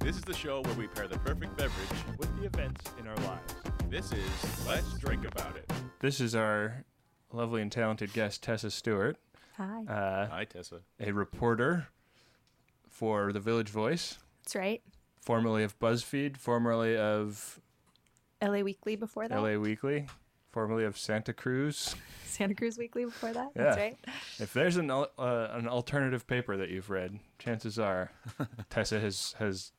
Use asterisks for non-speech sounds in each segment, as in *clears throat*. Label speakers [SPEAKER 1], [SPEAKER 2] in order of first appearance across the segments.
[SPEAKER 1] This is the show where we pair the perfect beverage.
[SPEAKER 2] with the events in our lives.
[SPEAKER 1] This is Let's Drink About It.
[SPEAKER 2] This is our lovely and talented guest, Tessa Stewart,
[SPEAKER 3] Hi.
[SPEAKER 2] uh,
[SPEAKER 1] Hi, Tessa.
[SPEAKER 2] a reporter for The Village Voice,
[SPEAKER 3] That's right.
[SPEAKER 2] formerly of BuzzFeed, formerly of
[SPEAKER 3] LA Weekly before that.
[SPEAKER 2] LA Weekly, formerly of Santa Cruz.
[SPEAKER 3] Santa Cruz Weekly before that.
[SPEAKER 2] Yeah.
[SPEAKER 3] That's right.
[SPEAKER 2] If there's an al- uh, an alternative paper that you've read, chances *laughs* are Tessa has has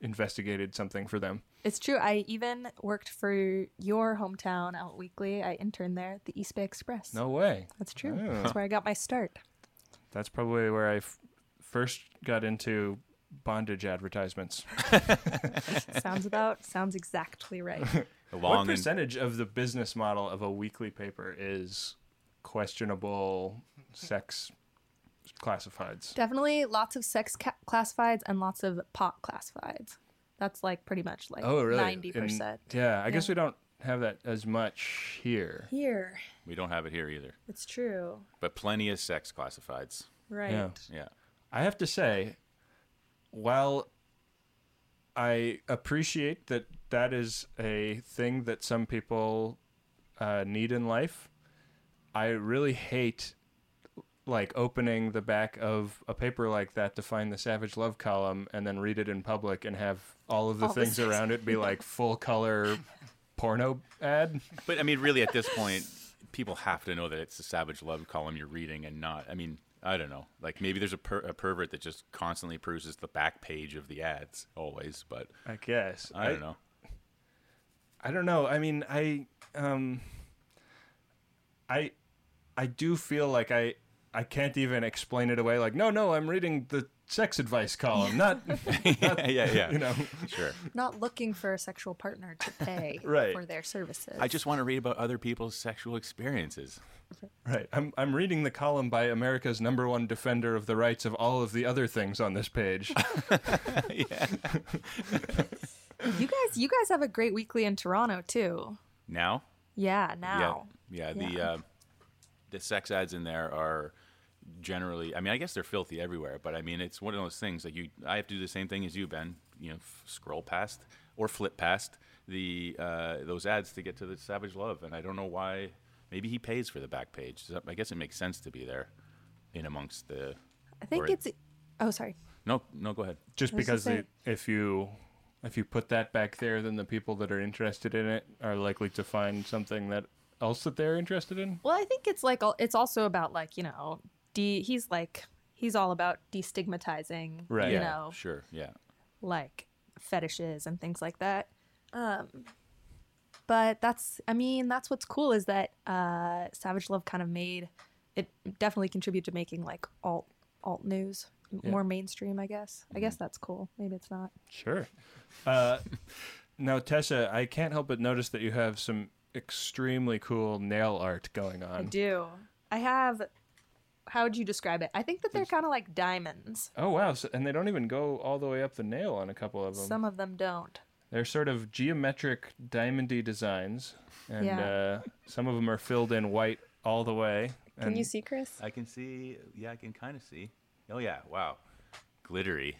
[SPEAKER 2] investigated something for them.
[SPEAKER 3] It's true. I even worked for your hometown Out Weekly. I interned there at the East Bay Express.
[SPEAKER 2] No way.
[SPEAKER 3] That's true.
[SPEAKER 2] Oh.
[SPEAKER 3] That's where I got my start. *laughs*
[SPEAKER 2] That's probably where I f- first got into bondage advertisements.
[SPEAKER 3] sounds about sounds exactly right.
[SPEAKER 2] *laughs*
[SPEAKER 1] A
[SPEAKER 2] what
[SPEAKER 1] long and
[SPEAKER 2] percentage of the business model of a weekly paper is questionable sex classifieds?
[SPEAKER 3] Definitely lots of sex ca- classifieds and lots of pot classifieds. That's like pretty much like
[SPEAKER 2] Oh, really?
[SPEAKER 3] ninety percent.
[SPEAKER 2] In- Yeah, I guess we don't have that as much here.
[SPEAKER 3] Here,
[SPEAKER 1] we don't have it here either,
[SPEAKER 3] it's true,
[SPEAKER 1] but plenty of sex classifieds.
[SPEAKER 3] right?
[SPEAKER 2] Yeah.
[SPEAKER 1] Yeah.
[SPEAKER 2] I have to say, while I appreciate that that is a thing that some people uh, need in life, I really hate like opening the back of a paper like that to find the savage love column and then read it in public and have all of the
[SPEAKER 3] All the
[SPEAKER 2] things
[SPEAKER 3] sex-
[SPEAKER 2] around it be like full color porno ad.
[SPEAKER 1] But I mean, really, at this point, people have to know that it's the Savage Love column you're reading and not. I mean, I don't know. Like maybe there's a, per- a pervert that just constantly peruses the back page of the ads always, but
[SPEAKER 2] I guess.
[SPEAKER 1] I don't know.
[SPEAKER 2] I don't know. I mean, I um I I do feel like I I can't even explain it away like no, no, I'm reading the sex advice column, not
[SPEAKER 1] *laughs* yeah, yeah, yeah.
[SPEAKER 2] you know.
[SPEAKER 1] Sure.
[SPEAKER 3] Not looking for a sexual partner to pay
[SPEAKER 2] *laughs* Right.
[SPEAKER 3] for their services.
[SPEAKER 1] I just want to read about other people's sexual experiences.
[SPEAKER 2] Right. I'm I'm reading the column by America's number one defender of the rights of all of the other things on this page.
[SPEAKER 1] yeah.
[SPEAKER 3] You guys, you guys have a great weekly in Toronto too.
[SPEAKER 1] Now?
[SPEAKER 3] Yeah, now.
[SPEAKER 1] Yeah. Yeah. The
[SPEAKER 3] Yeah.
[SPEAKER 1] uh, the sex ads in there are generally. I mean, I guess they're filthy everywhere, but I mean, it's one of those things. Like you, I have to do the same thing as you, Ben. You know, f- scroll past or flip past the uh, those ads to get to the Savage Love, and I don't know why. Maybe he pays for the back page. So I guess it makes sense to be there, in amongst the.
[SPEAKER 3] I think
[SPEAKER 1] Right.
[SPEAKER 3] it's. Oh, sorry.
[SPEAKER 1] No, no, go ahead.
[SPEAKER 2] Just
[SPEAKER 3] I was
[SPEAKER 2] because
[SPEAKER 3] gonna
[SPEAKER 2] the, if you if you put that back there, then the people that are interested in it are likely to find something that else that they're interested in.
[SPEAKER 3] Well, I think it's like al- it's also about like you know, de- he's like he's all about destigmatizing,
[SPEAKER 2] Right.
[SPEAKER 3] you
[SPEAKER 1] yeah,
[SPEAKER 3] know,
[SPEAKER 1] sure, yeah.
[SPEAKER 3] like fetishes and things like that. Um, but that's I mean that's what's cool is that uh, Savage Love kind of made it definitely contributed to making like alt alt news m-
[SPEAKER 2] Yeah.
[SPEAKER 3] more mainstream. I guess I guess that's cool. Maybe it's not.
[SPEAKER 2] Sure. *laughs* Uh, now, Tessa, I can't help but notice that you have some extremely cool nail art going
[SPEAKER 3] I
[SPEAKER 2] on.
[SPEAKER 3] do. I have. How would you describe it? I think that they're kind of like diamonds.
[SPEAKER 2] Oh wow! So, and they don't even go all the way up the nail on a couple of them.
[SPEAKER 3] Some of them don't.
[SPEAKER 2] They're sort of geometric diamondy designs, and
[SPEAKER 3] Yeah.
[SPEAKER 2] uh, some of them are filled in white all the way.
[SPEAKER 3] Can
[SPEAKER 2] and
[SPEAKER 3] you see, Chris?
[SPEAKER 1] I can see. Yeah, I can kind of see. Oh yeah, wow, glittery.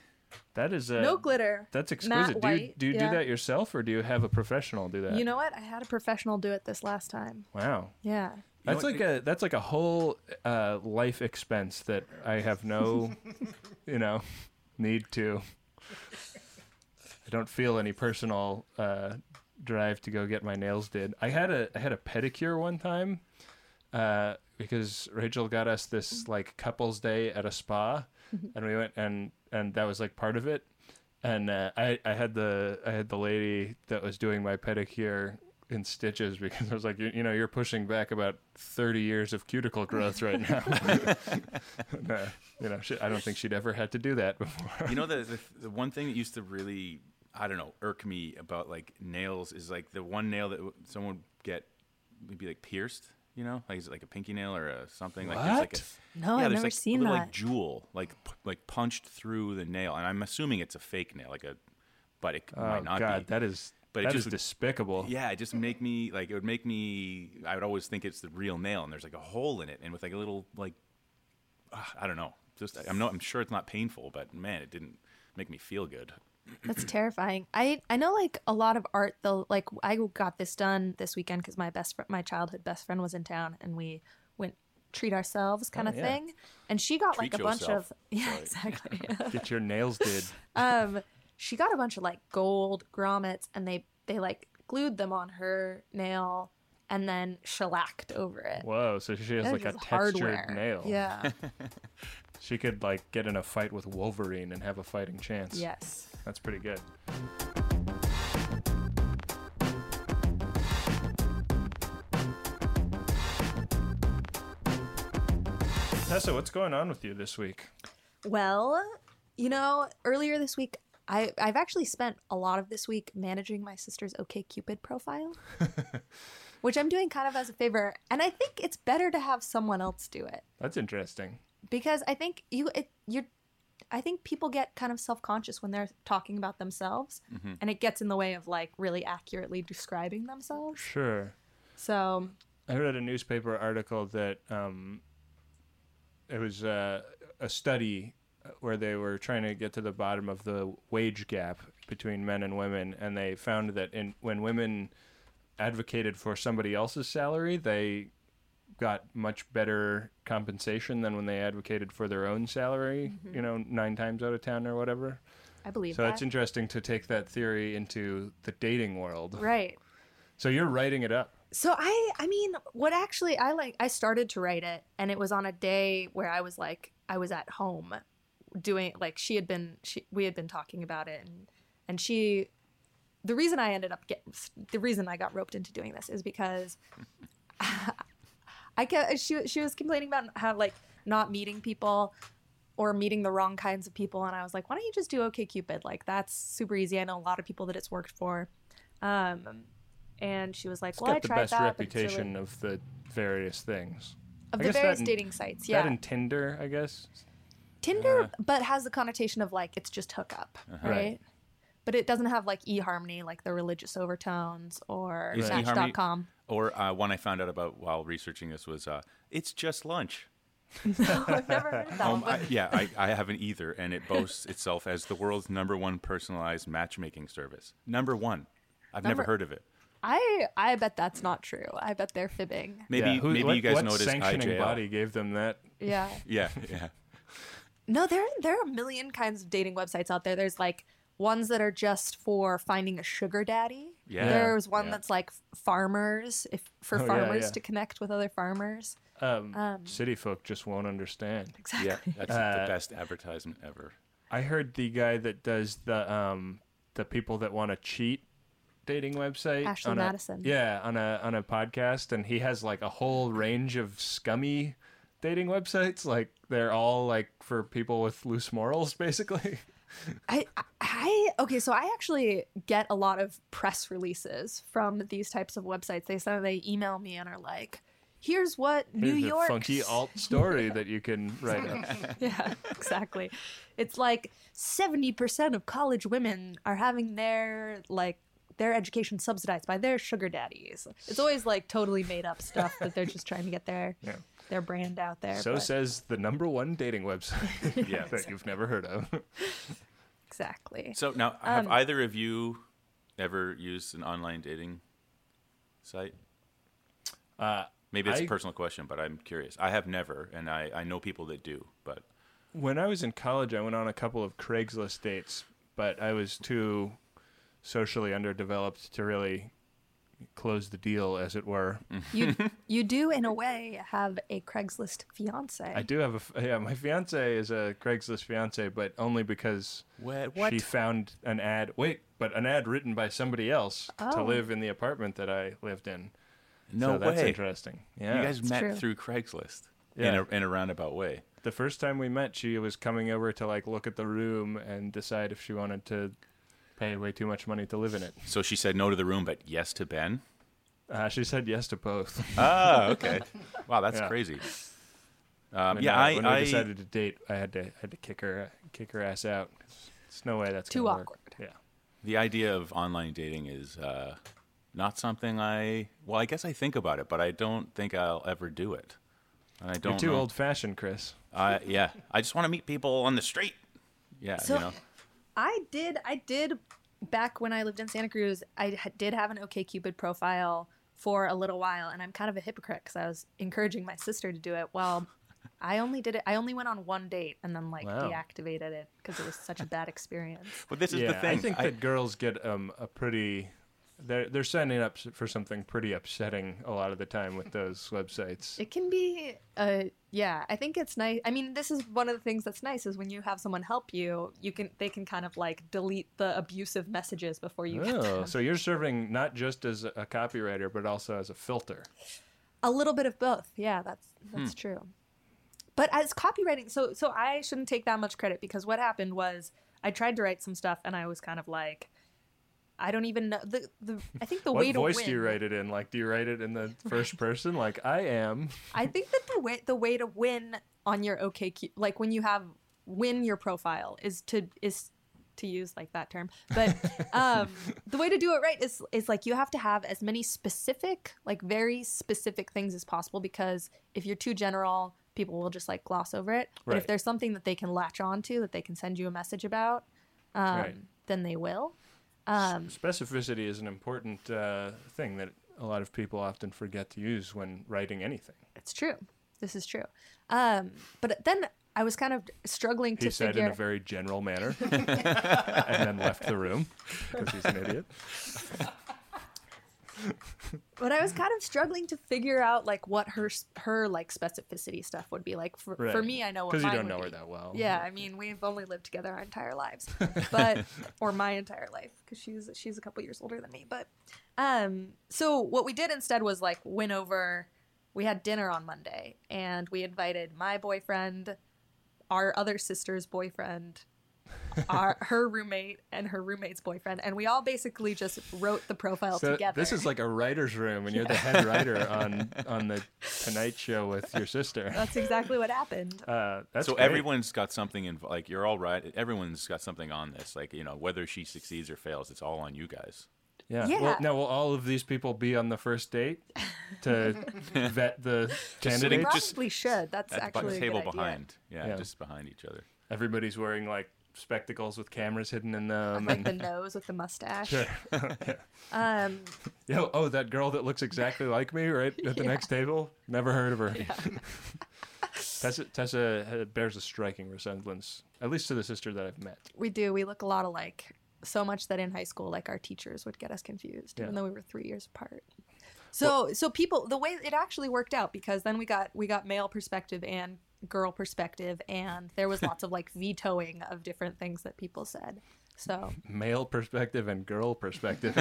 [SPEAKER 2] That is uh,
[SPEAKER 3] no glitter.
[SPEAKER 2] That's
[SPEAKER 3] matte
[SPEAKER 2] exquisite. Do you,
[SPEAKER 3] white,
[SPEAKER 2] do, you
[SPEAKER 3] yeah.
[SPEAKER 2] do that yourself, or do you have a professional do that?
[SPEAKER 3] You know what? I had a professional do it this last time.
[SPEAKER 2] wow.
[SPEAKER 3] Yeah.
[SPEAKER 1] know
[SPEAKER 2] That's
[SPEAKER 1] what-
[SPEAKER 2] like a that's like a whole uh, life expense that I
[SPEAKER 1] *laughs*
[SPEAKER 2] have no, you know, need to. I don't feel any personal uh, drive to go get my nails did. I had a I had a pedicure one time, uh, because Rachel got us this like couples day at a spa,
[SPEAKER 1] Mm-hmm.
[SPEAKER 2] and we went and and that was like part of it. And uh, I I had the I had the lady that was doing my pedicure in stitches because I was like you, you know you're pushing back about thirty years of cuticle growth right
[SPEAKER 1] *laughs*
[SPEAKER 2] now. *laughs* And, uh, you know she, I don't think she'd ever had to do that before.
[SPEAKER 1] you know the, the the one thing that used to really I don't know irk me about like nails is like the one nail that w- someone would get would be like pierced. You know, like is it like a pinky nail or a something like there's like
[SPEAKER 2] What?
[SPEAKER 1] a
[SPEAKER 3] No, I've
[SPEAKER 1] there's,
[SPEAKER 3] never
[SPEAKER 1] like, a
[SPEAKER 3] seen
[SPEAKER 1] little,
[SPEAKER 3] that.
[SPEAKER 1] Like jewel, like p- like punched through the nail, and I'm assuming it's a fake nail, like a, but it c-
[SPEAKER 2] Oh
[SPEAKER 1] might not
[SPEAKER 2] God,
[SPEAKER 1] be.
[SPEAKER 2] that is
[SPEAKER 1] But it
[SPEAKER 2] that
[SPEAKER 1] just
[SPEAKER 2] is
[SPEAKER 1] would-
[SPEAKER 2] despicable.
[SPEAKER 1] Yeah, it just make me like it would make me. I would always think it's the real nail, and there's like a hole in it, and with like a little like, ah, I don't know. Just I'm not. I'm sure it's not painful, but man, it didn't make me feel good.
[SPEAKER 2] *clears throat*
[SPEAKER 3] That's terrifying. I I know like a lot of art though. Like I got this done this weekend because my best fr- my childhood best friend was in town and we went treat ourselves kind of
[SPEAKER 2] Oh, yeah.
[SPEAKER 3] thing. And she got like
[SPEAKER 1] Treat
[SPEAKER 3] a bunch
[SPEAKER 1] yourself.
[SPEAKER 3] of *laughs* yeah
[SPEAKER 1] Sorry.
[SPEAKER 3] exactly.
[SPEAKER 2] Get your nails did.
[SPEAKER 3] um, she got a bunch of like gold grommets and they they like glued them on her nail and then shellacked over it.
[SPEAKER 2] Whoa, so she has
[SPEAKER 3] That
[SPEAKER 2] like a
[SPEAKER 3] is
[SPEAKER 2] textured
[SPEAKER 3] hardware.
[SPEAKER 2] nail.
[SPEAKER 3] Yeah.
[SPEAKER 2] She could like get in a fight with Wolverine and have a fighting chance.
[SPEAKER 3] yes.
[SPEAKER 2] That's pretty good. Tessa, what's going on with you this week?
[SPEAKER 3] Well, you know, earlier this week, I, I've actually spent a lot of this week managing my sister's
[SPEAKER 2] *laughs*
[SPEAKER 3] OKCupid profile, which I'm doing kind of as a favor. And I think it's better to have someone else do it
[SPEAKER 2] That's interesting.
[SPEAKER 3] because I think you, it, you're, I think people get kind of self conscious when they're talking about themselves and it gets in the way of like really accurately describing themselves.
[SPEAKER 2] Sure.
[SPEAKER 3] So,
[SPEAKER 2] I read a newspaper article that um, it was uh, a study uh, where they were trying to get to the bottom of the wage gap between men and women, and they found that in when women advocated for somebody else's salary, they got much better compensation than when they advocated for their own salary. You know, nine times out of ten or whatever.
[SPEAKER 3] I believe
[SPEAKER 2] So
[SPEAKER 3] that.
[SPEAKER 2] it's interesting to take that theory into the dating world.
[SPEAKER 3] right.
[SPEAKER 2] So you're writing it up.
[SPEAKER 3] So I I mean, what actually I like I started to write it and it was on a day where I was like I was at home doing like she had been she we had been talking about it and and she the reason I ended up get the reason I got roped into doing this is because *laughs* I kept she she was complaining about how like not meeting people or meeting the wrong kinds of people and I was like, why don't you just do OK Cupid? Like that's super easy. I know a lot of people that it's worked for. Um and she was like,
[SPEAKER 2] It's
[SPEAKER 3] well, I
[SPEAKER 2] got the
[SPEAKER 3] tried
[SPEAKER 2] best
[SPEAKER 3] that, but it's really-
[SPEAKER 2] reputation of the various things.
[SPEAKER 3] of
[SPEAKER 2] I
[SPEAKER 3] the
[SPEAKER 2] guess that
[SPEAKER 3] various
[SPEAKER 2] and-
[SPEAKER 3] dating sites.
[SPEAKER 2] Yeah.
[SPEAKER 3] Yeah,
[SPEAKER 2] That and Tinder, I guess.
[SPEAKER 3] Tinder,
[SPEAKER 1] Uh-huh.
[SPEAKER 3] but has the connotation of like it's just hookup, right?
[SPEAKER 2] Right.
[SPEAKER 3] But it doesn't have like eHarmony, like the religious overtones or
[SPEAKER 1] Is eHarmony- *laughs*
[SPEAKER 3] Match.com.
[SPEAKER 1] Or uh, one I found out about while researching this was uh, it's just lunch.
[SPEAKER 3] no, *laughs* I've never heard of that.
[SPEAKER 1] Um,
[SPEAKER 3] one.
[SPEAKER 1] I, yeah, I, I haven't either, and it boasts itself as the world's number one personalized matchmaking service. Number one. I've
[SPEAKER 3] Number-
[SPEAKER 1] never heard of it.
[SPEAKER 3] I I bet that's not true. I bet they're fibbing.
[SPEAKER 1] Maybe
[SPEAKER 2] Yeah, who-
[SPEAKER 1] maybe
[SPEAKER 2] what-
[SPEAKER 1] you guys
[SPEAKER 2] what
[SPEAKER 1] noticed
[SPEAKER 2] sanctioning
[SPEAKER 1] IJL.
[SPEAKER 2] body gave them that?
[SPEAKER 1] *laughs*
[SPEAKER 3] Yeah.
[SPEAKER 1] Yeah, yeah.
[SPEAKER 3] No, there there are a million kinds of dating websites out there. There's like ones that are just for finding a sugar daddy.
[SPEAKER 1] Yeah.
[SPEAKER 3] There's one
[SPEAKER 1] Yeah.
[SPEAKER 3] that's like farmers, if for
[SPEAKER 2] Oh, yeah,
[SPEAKER 3] farmers
[SPEAKER 2] yeah.
[SPEAKER 3] to connect with other farmers.
[SPEAKER 2] Um,
[SPEAKER 3] Um,
[SPEAKER 2] city folk just won't understand.
[SPEAKER 3] Exactly.
[SPEAKER 1] Yeah, that's
[SPEAKER 2] Uh,
[SPEAKER 1] the best advertisement ever.
[SPEAKER 2] I heard the guy that does the um, the people that want to cheat dating website
[SPEAKER 3] Ashley
[SPEAKER 2] on a-
[SPEAKER 3] Madison.
[SPEAKER 2] yeah, on a on a podcast, and he has like a whole range of scummy dating websites. Like they're all like for people with loose morals, *laughs* basically.
[SPEAKER 3] I, I okay, so I actually get a lot of press releases from these types of websites. They send they email me and are like, "Here's what New
[SPEAKER 2] Here's
[SPEAKER 3] York."
[SPEAKER 2] a funky alt *laughs* story that you can write up. *laughs*
[SPEAKER 3] *laughs* yeah, exactly. It's like seventy percent of college women are having their like their education subsidized by their sugar daddies. It's always like totally made up stuff that they're just trying to get their
[SPEAKER 2] *laughs* Yeah.
[SPEAKER 3] their brand out there.
[SPEAKER 2] So
[SPEAKER 3] but-
[SPEAKER 2] says the number one dating
[SPEAKER 1] *laughs*
[SPEAKER 2] website *laughs*
[SPEAKER 1] Yeah.
[SPEAKER 2] that you've never heard of.
[SPEAKER 3] exactly.
[SPEAKER 1] So now, have either of you ever used an online dating site?
[SPEAKER 2] Uh,
[SPEAKER 1] Maybe it's
[SPEAKER 2] I-
[SPEAKER 1] a personal question, but I'm curious. I have never, and I, I know people that do, but
[SPEAKER 2] *laughs* when I was in college, I went on a couple of Craigslist dates, but I was too socially underdeveloped to really close the deal, as it were.
[SPEAKER 1] Mm-hmm.
[SPEAKER 3] You you do in a way have a Craigslist fiance.
[SPEAKER 2] I do have a f- yeah. My fiance is a Craigslist fiance, but only because
[SPEAKER 1] what?
[SPEAKER 2] she found an ad. Wait, but an ad written by somebody else to
[SPEAKER 3] Oh.
[SPEAKER 2] live in the apartment that I lived in.
[SPEAKER 1] no
[SPEAKER 2] so that's
[SPEAKER 1] way.
[SPEAKER 2] interesting. Yeah,
[SPEAKER 1] You guys met
[SPEAKER 3] true.
[SPEAKER 1] through Craigslist in,
[SPEAKER 2] Yeah.
[SPEAKER 1] a, in a roundabout way.
[SPEAKER 2] the first time we met she was coming over to like look at the room and decide if she wanted to pay way too much money to live in it
[SPEAKER 1] So she said no to the room, but yes to Ben.
[SPEAKER 2] uh, she said yes to
[SPEAKER 1] *laughs*
[SPEAKER 2] both
[SPEAKER 1] Oh, okay. *laughs* wow, that's
[SPEAKER 2] Ah, Yeah.
[SPEAKER 1] crazy. Um,
[SPEAKER 2] And,
[SPEAKER 1] yeah,
[SPEAKER 2] uh,
[SPEAKER 1] I,
[SPEAKER 2] when
[SPEAKER 1] I
[SPEAKER 2] we decided to date i had to I had to kick her kick her ass out it's no way that's
[SPEAKER 3] Too
[SPEAKER 2] gonna
[SPEAKER 3] awkward.
[SPEAKER 2] work.
[SPEAKER 1] the idea of online dating is uh, not something I. Well, I guess I think about it, but I don't think I'll ever do it. And I
[SPEAKER 2] yeah
[SPEAKER 1] don't.
[SPEAKER 2] you're too
[SPEAKER 1] know.
[SPEAKER 2] old fashioned chris
[SPEAKER 1] I yeah. I just want to meet people on the street. Yeah,
[SPEAKER 3] So-
[SPEAKER 1] you know.
[SPEAKER 3] I did. I did back when I lived in Santa Cruz. I ha- did have an OKCupid profile for a little while, and I'm kind of a hypocrite because I was encouraging my sister to do it. Well, I only did it. I only went on one date and then like
[SPEAKER 2] Wow.
[SPEAKER 3] deactivated it because it was such a bad experience.
[SPEAKER 1] But this is
[SPEAKER 2] yeah,
[SPEAKER 1] the thing.
[SPEAKER 2] I think that girls get um, a pretty. They're they're signing up s- for something pretty upsetting a lot of the time with
[SPEAKER 3] *laughs*
[SPEAKER 2] those websites.
[SPEAKER 3] It can be, uh, yeah. I think it's nice. I mean, this is one of the things that's nice is when you have someone help you, you can they can kind of like delete the abusive messages before you get
[SPEAKER 2] Oh,
[SPEAKER 3] them.
[SPEAKER 2] so you're serving not just as a copywriter, but also as a filter.
[SPEAKER 3] a little bit of both. Yeah, that's
[SPEAKER 2] Hmm.
[SPEAKER 3] that's true. But as copywriting, so so I shouldn't take that much credit because what happened was I tried to write some stuff and I was kind of like, I don't even know the the. I think the
[SPEAKER 2] What
[SPEAKER 3] way to
[SPEAKER 2] voice
[SPEAKER 3] win.
[SPEAKER 2] do you write it in? Like, do you write it in the first person? Like, I am.
[SPEAKER 3] I think that the way the way to win on your OKQ, like when you have win your profile, is to is to use like that term.
[SPEAKER 2] *laughs*
[SPEAKER 3] But um, the way to do it right is is like you have to have as many specific, like very specific things as possible because if you're too general, people will just like gloss over it. But if
[SPEAKER 2] Right.
[SPEAKER 3] there's something that they can latch on to, that they can send you a message about, um,
[SPEAKER 2] Right.
[SPEAKER 3] then they will.
[SPEAKER 2] Specificity is an important uh, thing that a lot of people often forget to use when writing anything.
[SPEAKER 3] It's true. This is true. Um, but then I was kind of struggling
[SPEAKER 2] He
[SPEAKER 3] to
[SPEAKER 2] said
[SPEAKER 3] figure.
[SPEAKER 2] in a very general
[SPEAKER 3] *laughs*
[SPEAKER 2] manner, and then left the room because he's an idiot.
[SPEAKER 3] but I was kind of struggling to figure out like what her her like specificity stuff would be like. For, for
[SPEAKER 2] Right.
[SPEAKER 3] me, I know what
[SPEAKER 2] Because you
[SPEAKER 3] mine
[SPEAKER 2] don't
[SPEAKER 3] would
[SPEAKER 2] know
[SPEAKER 3] be.
[SPEAKER 2] her that well.
[SPEAKER 3] Yeah, I mean, we've only lived together our
[SPEAKER 2] *laughs*
[SPEAKER 3] entire lives, but or my entire life because she's she's a couple years older than me. But um, so what we did instead was like went over. We had dinner on Monday, and we invited my boyfriend, our other sister's boyfriend, our her roommate, and her roommate's boyfriend, and we all basically just wrote the profile
[SPEAKER 2] So
[SPEAKER 3] together.
[SPEAKER 2] this is like a writer's room, and you're the head writer on
[SPEAKER 3] *laughs*
[SPEAKER 2] on the Tonight Show with your sister.
[SPEAKER 3] that's exactly what happened.
[SPEAKER 2] Uh, that's
[SPEAKER 1] so
[SPEAKER 2] great.
[SPEAKER 1] everyone's got something in like you're all right. Everyone's got something on this. Like you know whether she succeeds or fails, it's all on you guys.
[SPEAKER 2] Yeah.
[SPEAKER 3] Yeah.
[SPEAKER 2] Well, now will all of these people be on the first date
[SPEAKER 1] *laughs*
[SPEAKER 2] to vet the
[SPEAKER 1] sitting-
[SPEAKER 2] candidates?
[SPEAKER 1] just-
[SPEAKER 3] Probably should. That's
[SPEAKER 1] At the bu-
[SPEAKER 3] actually
[SPEAKER 1] table
[SPEAKER 3] a good idea.
[SPEAKER 1] behind, yeah,
[SPEAKER 2] Yeah.
[SPEAKER 1] just behind each other.
[SPEAKER 2] Everybody's wearing like spectacles with cameras hidden in them.
[SPEAKER 3] Like *laughs* the
[SPEAKER 2] And,
[SPEAKER 3] nose with the
[SPEAKER 1] *laughs*
[SPEAKER 3] mustache.
[SPEAKER 2] Sure.
[SPEAKER 3] Um,
[SPEAKER 2] Yo, oh, that girl that looks exactly like me, right at the next table. Never heard of her. *laughs* Tessa, Tessa ha- bears a striking resemblance, at least to the sister that I've met.
[SPEAKER 3] we do. We look a lot alike. So much that in high school, like our teachers would get us confused, even
[SPEAKER 2] Yeah.
[SPEAKER 3] though we were three years apart. So, so people, the way it actually worked out, because then we got we got male perspective and girl perspective, and there was lots of like
[SPEAKER 2] *laughs*
[SPEAKER 3] vetoing of different things that people said. So,
[SPEAKER 2] Male perspective and
[SPEAKER 1] *laughs*
[SPEAKER 2] girl perspective.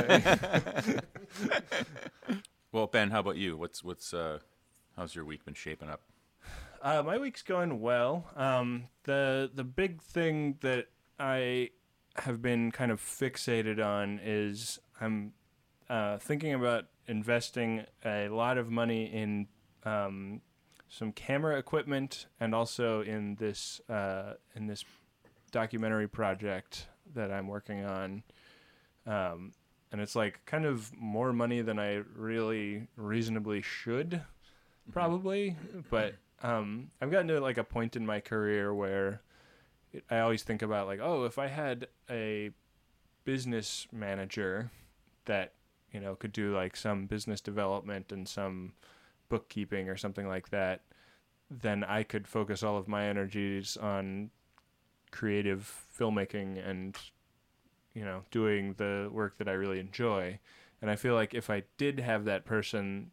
[SPEAKER 1] Well, Ben, how about you? What's what's uh, how's your week been shaping up?
[SPEAKER 2] Uh, my week's going well. Um, the the big thing that I have been kind of fixated on is I'm uh, thinking about investing a lot of money in um, some camera equipment and also in this uh, in this documentary project that I'm working on. Um, and it's like kind of more money than I really reasonably should probably. But um, I've gotten to like a point in my career where it- I always think about like, oh, if I had a business manager that you know could do like some business development and some bookkeeping or something like that, then I could focus all of my energies on creative filmmaking and you know doing the work that I really enjoy. And I feel like if I did have that person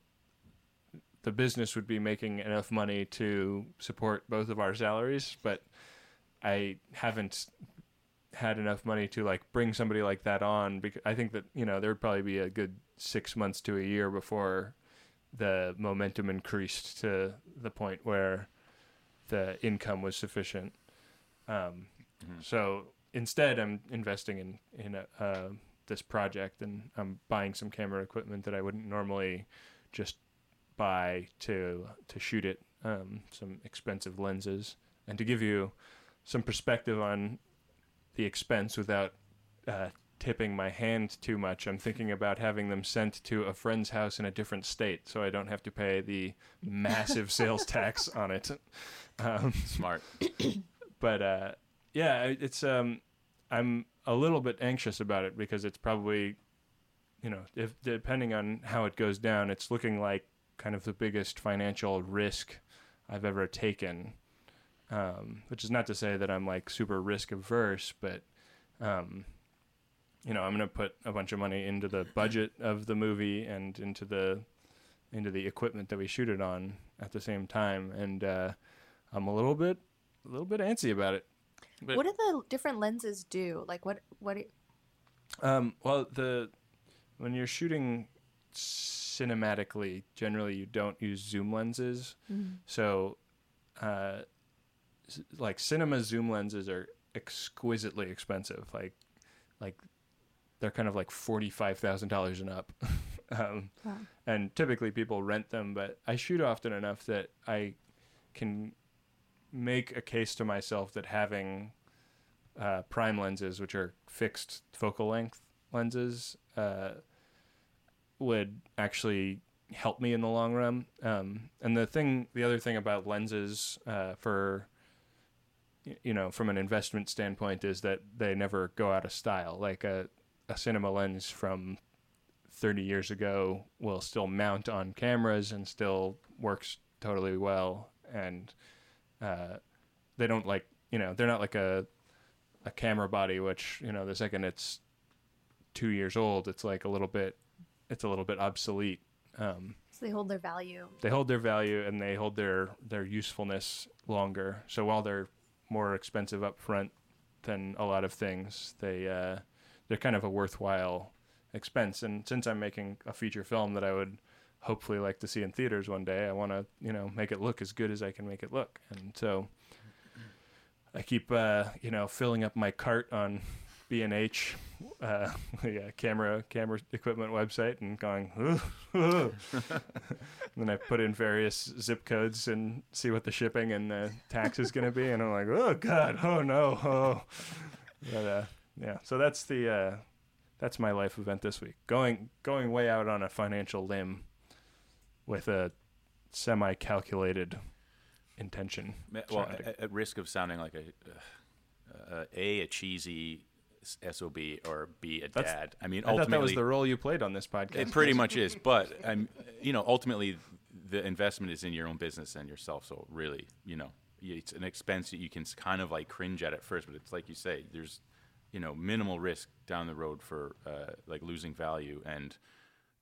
[SPEAKER 2] the business would be making enough money to support both of our salaries, but I haven't had enough money to like bring somebody like that on because I think that, you know, there would probably be a good 6 months to a year before the momentum increased to the point where the income was sufficient. Um, so instead I'm investing in in a, uh, this project and I'm buying some camera equipment that I wouldn't normally just buy to to shoot it um, some expensive lenses and to give you some perspective on the expense without uh, tipping my hand too much i'm thinking about having them sent to a friend's house in a different state so i don't have to pay the massive sales tax on it um, *laughs*
[SPEAKER 1] Smart.
[SPEAKER 2] but uh, yeah, I- it's um, I'm a little bit anxious about it because it's probably, you know, if depending on how it goes down, it's looking like kind of the biggest financial risk I've ever taken. Um, which is not to say that I'm like super risk averse, but um, you know, I'm going to put a bunch of money into the budget of the movie and into the into the equipment that we shoot it on at the same time, and uh, I'm a little bit a little bit antsy about it. But-
[SPEAKER 3] What do the different lenses do? Like what what it-
[SPEAKER 2] Um, well, the when you're shooting cinematically, generally you don't use zoom lenses. So, uh, s- like cinema zoom lenses are exquisitely expensive. Like, like they're kind of like forty five thousand dollars and up. *laughs* um,
[SPEAKER 3] Wow.
[SPEAKER 2] And typically people rent them, but I shoot often enough that I can make a case to myself that having uh, prime lenses, which are fixed focal length lenses, uh, would actually help me in the long run. Um, and the thing, the other thing about lenses uh, for y- you know from an investment standpoint is that they never go out of style. Like a a cinema lens from 30 years ago will still mount on cameras and still works totally well and uh, they don't like you know they're not like a a camera body which you know the second it's two years old it's like a little bit it's a little bit obsolete um,
[SPEAKER 3] so they hold their value.
[SPEAKER 2] they hold their value and they hold their their usefulness longer so while they're more expensive up front than a lot of things they uh, they're kind of a worthwhile expense and since i'm making a feature film that i would hopefully like to see in theaters one day i want to you know make it look as good as i can make it look and so i keep uh, you know filling up my cart on b&h uh, *laughs* yeah, camera camera equipment website and going *laughs* And then I put in various zip codes and see what the shipping and the tax is going to be, and I'm like, oh god, oh no, oh. But uh, yeah, so that's the uh, that's my life event this week. Going going way out on a financial limb with a semi-calculated intention.
[SPEAKER 1] Ma- Well,
[SPEAKER 2] surrounding-
[SPEAKER 1] at, at risk of sounding like a uh, uh, a a cheesy s- sob or b a
[SPEAKER 2] That's-
[SPEAKER 1] dad. I mean,
[SPEAKER 2] I thought that was
[SPEAKER 1] ultimately,
[SPEAKER 2] the role you played on this podcast.
[SPEAKER 1] it pretty much is. But I'm, you know, ultimately, the investment is in your own business and yourself. So really, you know, y- it's an expense that you can s- kind of like cringe at at first, but it's like you say, there's, you know, minimal risk down the road for uh, like losing value, and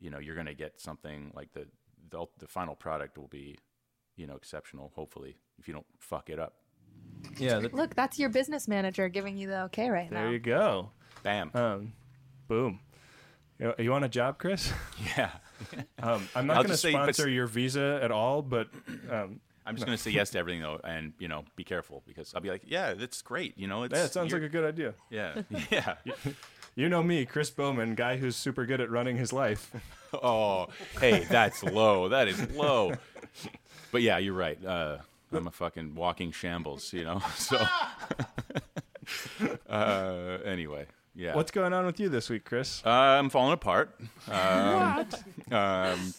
[SPEAKER 1] you know, you're gonna get something like the the, ul- the final product will be, you know, exceptional. Hopefully, if you don't fuck it up.
[SPEAKER 2] yeah. that-
[SPEAKER 3] Look, that's your business manager giving you the okay right
[SPEAKER 2] there
[SPEAKER 3] now.
[SPEAKER 2] you go.
[SPEAKER 1] Bam.
[SPEAKER 2] Um, boom. You, you want a job, Chris?
[SPEAKER 1] *laughs*
[SPEAKER 2] *laughs*
[SPEAKER 1] yeah.
[SPEAKER 2] Um, I'm not
[SPEAKER 1] I'll
[SPEAKER 2] going to
[SPEAKER 1] just say- but-
[SPEAKER 2] sponsor your visa at all, but um,
[SPEAKER 1] I'm just gonna say yes to everything though, and you know, be careful because I'll be like, yeah, that's great. You know, it's,
[SPEAKER 2] yeah, it sounds
[SPEAKER 1] you're-
[SPEAKER 2] like a good idea.
[SPEAKER 1] *laughs* yeah, yeah.
[SPEAKER 2] You know me, Chris Bowman, guy who's super good at running
[SPEAKER 1] *laughs*
[SPEAKER 2] his life.
[SPEAKER 1] Oh, hey, that's low. That is low. But yeah, you're right. Uh, I'm a fucking walking shambles, you know. *laughs* So uh, anyway, yeah.
[SPEAKER 2] What's going on with you this week, Chris?
[SPEAKER 1] Uh, I'm falling apart. Um, um,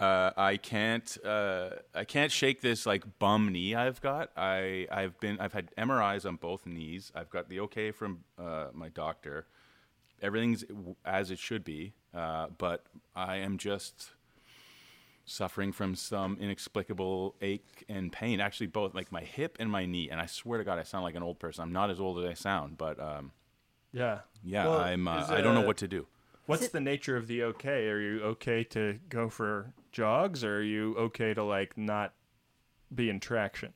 [SPEAKER 1] uh, I can't. Uh, I can't shake this like bum knee I've got. I I've been. I've had MRIs on both knees. I've got the okay from uh, my doctor. Everything's w- as it should be. Uh, but I am just suffering from some inexplicable ache and pain. Actually, both like my hip and my knee. And I swear to God, I sound like an old person. I'm not as old as I sound, but um,
[SPEAKER 2] Yeah.
[SPEAKER 1] yeah,
[SPEAKER 2] Well,
[SPEAKER 1] I'm. Uh,
[SPEAKER 2] is,
[SPEAKER 1] I don't know
[SPEAKER 2] uh,
[SPEAKER 1] what to do.
[SPEAKER 2] What's the nature of the okay? Are you okay to go for jogs, or are you okay to like not be in traction?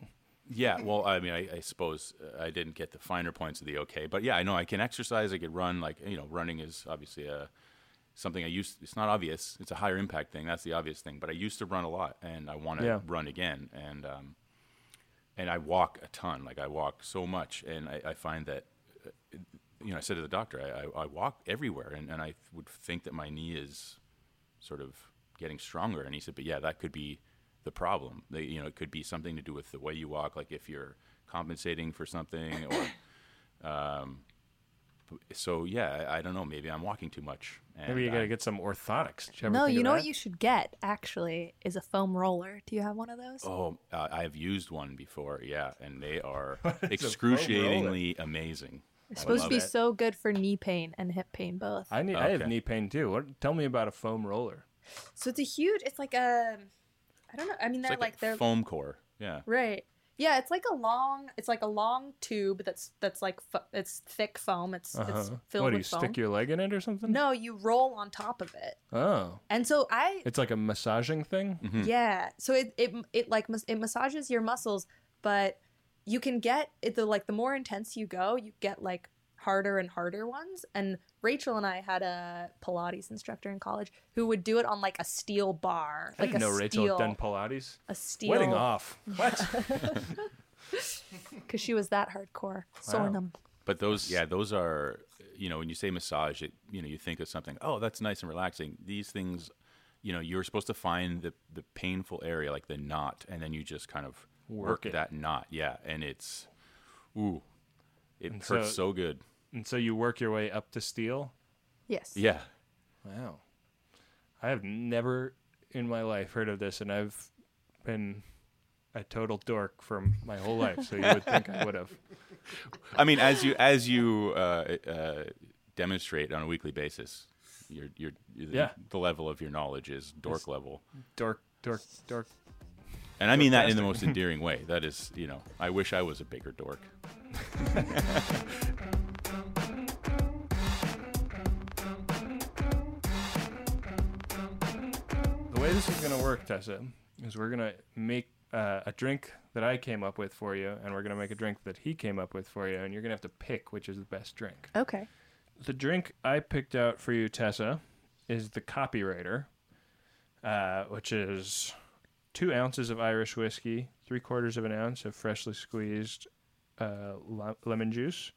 [SPEAKER 1] Yeah, well, I mean, I, I suppose uh, I didn't get the finer points of the okay, but yeah, I know I can exercise. I can run. Like you know, running is obviously a something I used. It's not obvious. It's a higher impact thing. That's the obvious thing. But I used to run a lot, and I want to
[SPEAKER 2] Yeah.
[SPEAKER 1] run again. And um, and I walk a ton. Like I walk so much, and I, I find that uh, you know, I said to the doctor, I, I, I walk everywhere, and, and I would think that my knee is sort of getting stronger. And he said, but yeah, that could be the problem. They, you know, it could be something to do with the way you walk, like if you're compensating for something or. Um,
[SPEAKER 2] *coughs*
[SPEAKER 1] so yeah, I, I don't know. Maybe I'm walking too much. And
[SPEAKER 2] Maybe you got
[SPEAKER 1] I-
[SPEAKER 2] to get some orthotics. Did ever
[SPEAKER 3] No,
[SPEAKER 2] think
[SPEAKER 3] you
[SPEAKER 2] of
[SPEAKER 3] know
[SPEAKER 2] that?
[SPEAKER 3] what you should get actually is a foam roller. Do you have one of those?
[SPEAKER 1] Oh,
[SPEAKER 2] *laughs*
[SPEAKER 1] uh, I've used one before. Yeah, and they are
[SPEAKER 2] roller?
[SPEAKER 1] excruciatingly amazing.
[SPEAKER 3] It's supposed to
[SPEAKER 1] love
[SPEAKER 3] be
[SPEAKER 1] it.
[SPEAKER 3] so good for knee pain and hip pain both.
[SPEAKER 2] I need. I have
[SPEAKER 1] Okay.
[SPEAKER 2] knee pain too. What? Tell me about a foam roller.
[SPEAKER 3] So it's a huge. It's like a. I don't know. I mean,
[SPEAKER 1] It's
[SPEAKER 3] they're
[SPEAKER 1] like,
[SPEAKER 3] like,
[SPEAKER 1] a
[SPEAKER 3] they're
[SPEAKER 1] foam core. Yeah.
[SPEAKER 3] right. Yeah, it's like a long. It's like a long tube that's that's like fo- it's thick foam. It's it's
[SPEAKER 2] Uh-huh.
[SPEAKER 3] filled
[SPEAKER 2] What do
[SPEAKER 3] with
[SPEAKER 2] you
[SPEAKER 3] foam.
[SPEAKER 2] stick your leg in it or something?
[SPEAKER 3] no, you roll on top of it,
[SPEAKER 2] Oh,
[SPEAKER 3] and so I
[SPEAKER 2] it's like a massaging thing.
[SPEAKER 1] Hmm.
[SPEAKER 3] yeah. So it it it like mas- it massages your muscles, but you can get it the like the more intense you go, you get like harder and harder ones. And Rachel and I had a Pilates instructor in college who would do it on like a steel bar,
[SPEAKER 2] I
[SPEAKER 3] like
[SPEAKER 2] didn't
[SPEAKER 3] a
[SPEAKER 2] know Mm-hmm. Rachel
[SPEAKER 3] steel,
[SPEAKER 2] had done Pilates.
[SPEAKER 3] a steel
[SPEAKER 2] Wedding
[SPEAKER 3] *laughs*
[SPEAKER 2] off. What?
[SPEAKER 3] because she was that hardcore. Sornum.
[SPEAKER 1] But those, yeah, those are, you know, when you say massage, it, you know, you think of something. Oh, that's nice and relaxing. These things, you know, you're supposed to find the the painful area, like the knot, and then you just kind of work,
[SPEAKER 2] Work it.
[SPEAKER 1] that knot. Yeah, and it's, ooh, it
[SPEAKER 2] And
[SPEAKER 1] hurts
[SPEAKER 2] so-
[SPEAKER 1] so good.
[SPEAKER 2] and so you work your way up to steel.
[SPEAKER 3] Yes.
[SPEAKER 1] Yeah.
[SPEAKER 2] Wow. I have never in my life heard of this, and I've been a total dork for m- my whole life. So you would think I would
[SPEAKER 3] *laughs*
[SPEAKER 2] have.
[SPEAKER 1] I mean, as you as you uh, uh, demonstrate on a weekly basis, your your
[SPEAKER 2] Yeah.
[SPEAKER 1] the level of your knowledge is dork level,
[SPEAKER 2] Dork, dork, dork.
[SPEAKER 1] and I mean that in the
[SPEAKER 2] *laughs*
[SPEAKER 1] most endearing way. That is, you know, I wish I was a bigger dork.
[SPEAKER 2] The way this is going to work, Tessa, is we're going to make uh, a drink that I came up with for you, and we're going to make a drink that he came up with for you, and you're going to have to pick which is the best drink.
[SPEAKER 3] Okay.
[SPEAKER 2] the drink I picked out for you, Tessa, is the copywriter, uh, which is two ounces of Irish whiskey, three quarters of an ounce of freshly squeezed uh, lo- lemon juice,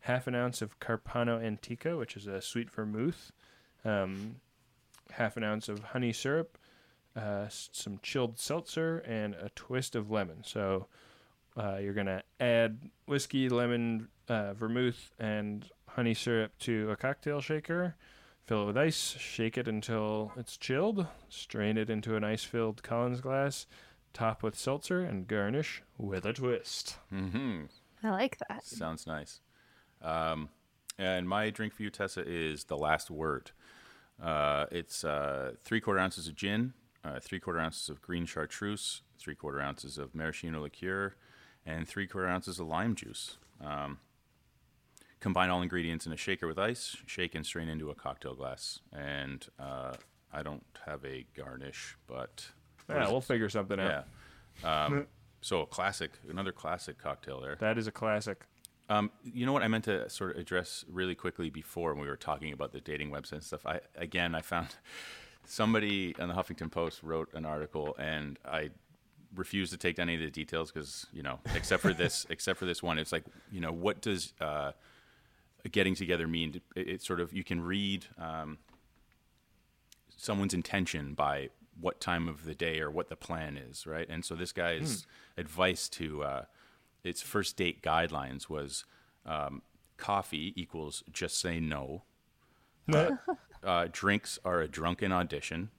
[SPEAKER 2] half an ounce of Carpano Antico, which is a sweet vermouth, um, half an ounce of honey syrup, uh, s- some chilled seltzer, and a twist of lemon. So uh, you're gonna add whiskey, lemon, uh, vermouth, and honey syrup to a cocktail shaker. Fill it with ice. Shake it until it's chilled. Strain it into an ice-filled Collins glass. Top with seltzer and garnish with a twist.
[SPEAKER 1] hmm
[SPEAKER 3] I like that.
[SPEAKER 1] Sounds nice. Um, and my drink for you, Tessa, is the last word. Uh, it's uh, three quarter ounces of gin, uh, three quarter ounces of green chartreuse, three quarter ounces of maraschino liqueur, and three quarter ounces of lime juice. Um, combine all ingredients in a shaker with ice, shake and strain into a cocktail glass. And uh, I don't have a garnish, but
[SPEAKER 2] Yeah, we'll figure something out.
[SPEAKER 1] yeah. Um, so a classic, another classic cocktail there.
[SPEAKER 2] That is a *laughs* classic.
[SPEAKER 1] Um, you know what I meant to sort of address really quickly before when we were talking about the dating website and stuff. I again I found *laughs* somebody on the Huffington Post wrote an article and I refused to take down any of the details because you know except for this except for this one it's like you know what does uh, getting together mean? It, it sort of you can read um, someone's intention by what time of the day or what the plan is, right? And so this guy's advice to uh, its first date guidelines was um, coffee equals just say no. Uh, uh, drinks are a drunken audition.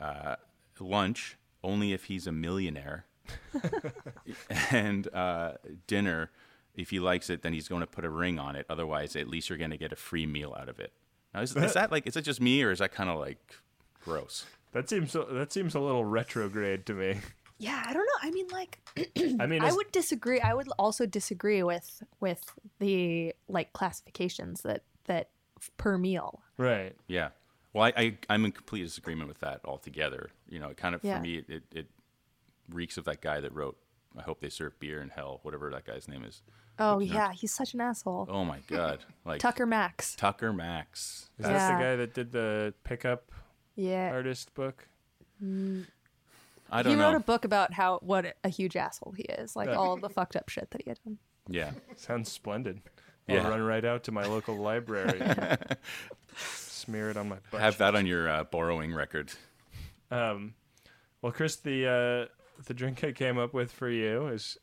[SPEAKER 1] Uh, lunch only if he's a millionaire, and uh, dinner if he likes it, then he's going to put a ring on it. Otherwise, at least you're going to get a free meal out of it. Now, is, is that like is that just me or is that kind of like gross?
[SPEAKER 2] That seems so, that seems a little retrograde to me.
[SPEAKER 3] Yeah, I don't know. I mean, like,
[SPEAKER 2] I mean,
[SPEAKER 3] I
[SPEAKER 2] it's,
[SPEAKER 3] would disagree. I would also disagree with with the like classifications that that f- per meal.
[SPEAKER 2] right.
[SPEAKER 1] Yeah. Well, I, I I'm in complete disagreement with that altogether. You know, it kind of
[SPEAKER 3] Yeah.
[SPEAKER 1] for me it, it, it reeks of that guy that wrote "I hope they serve beer in hell," whatever that guy's name is.
[SPEAKER 3] Oh yeah, he's such an asshole.
[SPEAKER 1] Oh my
[SPEAKER 3] *laughs*
[SPEAKER 1] god, like
[SPEAKER 3] Tucker Max.
[SPEAKER 1] Tucker Max.
[SPEAKER 2] Is this the
[SPEAKER 3] Yeah.
[SPEAKER 2] guy that did the pickup
[SPEAKER 3] Yeah,
[SPEAKER 2] artist book?
[SPEAKER 1] I
[SPEAKER 3] he
[SPEAKER 1] don't
[SPEAKER 3] wrote
[SPEAKER 1] know.
[SPEAKER 3] a book about how what a huge asshole he is, like all the fucked up shit that he had done.
[SPEAKER 1] *laughs* yeah.
[SPEAKER 2] Sounds splendid. I'll
[SPEAKER 1] Yeah.
[SPEAKER 2] run right out to my local library. and
[SPEAKER 1] *laughs*
[SPEAKER 2] smear it on my butt.
[SPEAKER 1] Have that on your uh, borrowing record.
[SPEAKER 2] Um, well, Chris, the uh, the drink I came up with for you is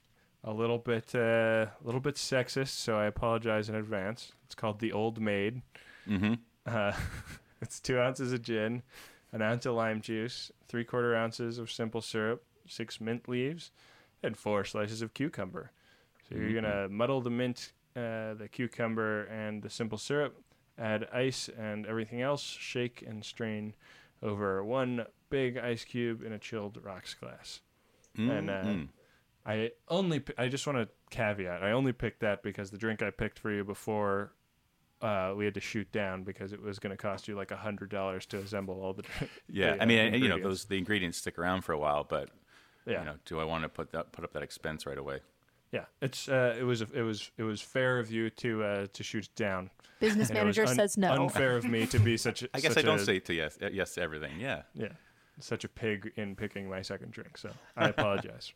[SPEAKER 2] a little bit uh, a little bit sexist, so I apologize in advance. It's called the Old Maid.
[SPEAKER 1] Mm-hmm.
[SPEAKER 2] Uh, *laughs* it's two ounces of gin, an ounce of lime juice, three quarter ounces of simple syrup, six mint leaves, and four slices of cucumber. So you're gonna muddle the mint uh, the cucumber, and the simple syrup. Add ice and everything else. Shake and strain over one big ice cube in a chilled rocks glass. And uh,
[SPEAKER 1] Mm-hmm.
[SPEAKER 2] I only p- I just want to caveat. I only picked that because the drink I picked for you before uh, we had to shoot down because it was going to cost you like a hundred dollars to assemble all the. Drink,
[SPEAKER 1] *laughs* Yeah,
[SPEAKER 2] the,
[SPEAKER 1] I
[SPEAKER 2] uh,
[SPEAKER 1] mean, and, you know,
[SPEAKER 2] ingredients.
[SPEAKER 1] those the ingredients stick around for a while, but
[SPEAKER 2] Yeah,
[SPEAKER 1] you know, do I want to put that put up that expense right away?
[SPEAKER 2] yeah. It's uh, it was it was it was fair of you to uh, to shoot it down.
[SPEAKER 1] *laughs*
[SPEAKER 3] Business
[SPEAKER 2] And it was
[SPEAKER 3] manager
[SPEAKER 2] un-
[SPEAKER 3] says no.
[SPEAKER 2] Unfair of me to be such. a-
[SPEAKER 1] I guess
[SPEAKER 2] such
[SPEAKER 1] I don't
[SPEAKER 2] a,
[SPEAKER 1] say to yes, uh, yes to everything. Yeah.
[SPEAKER 2] Yeah, such a pig in picking my second drink. So I apologize.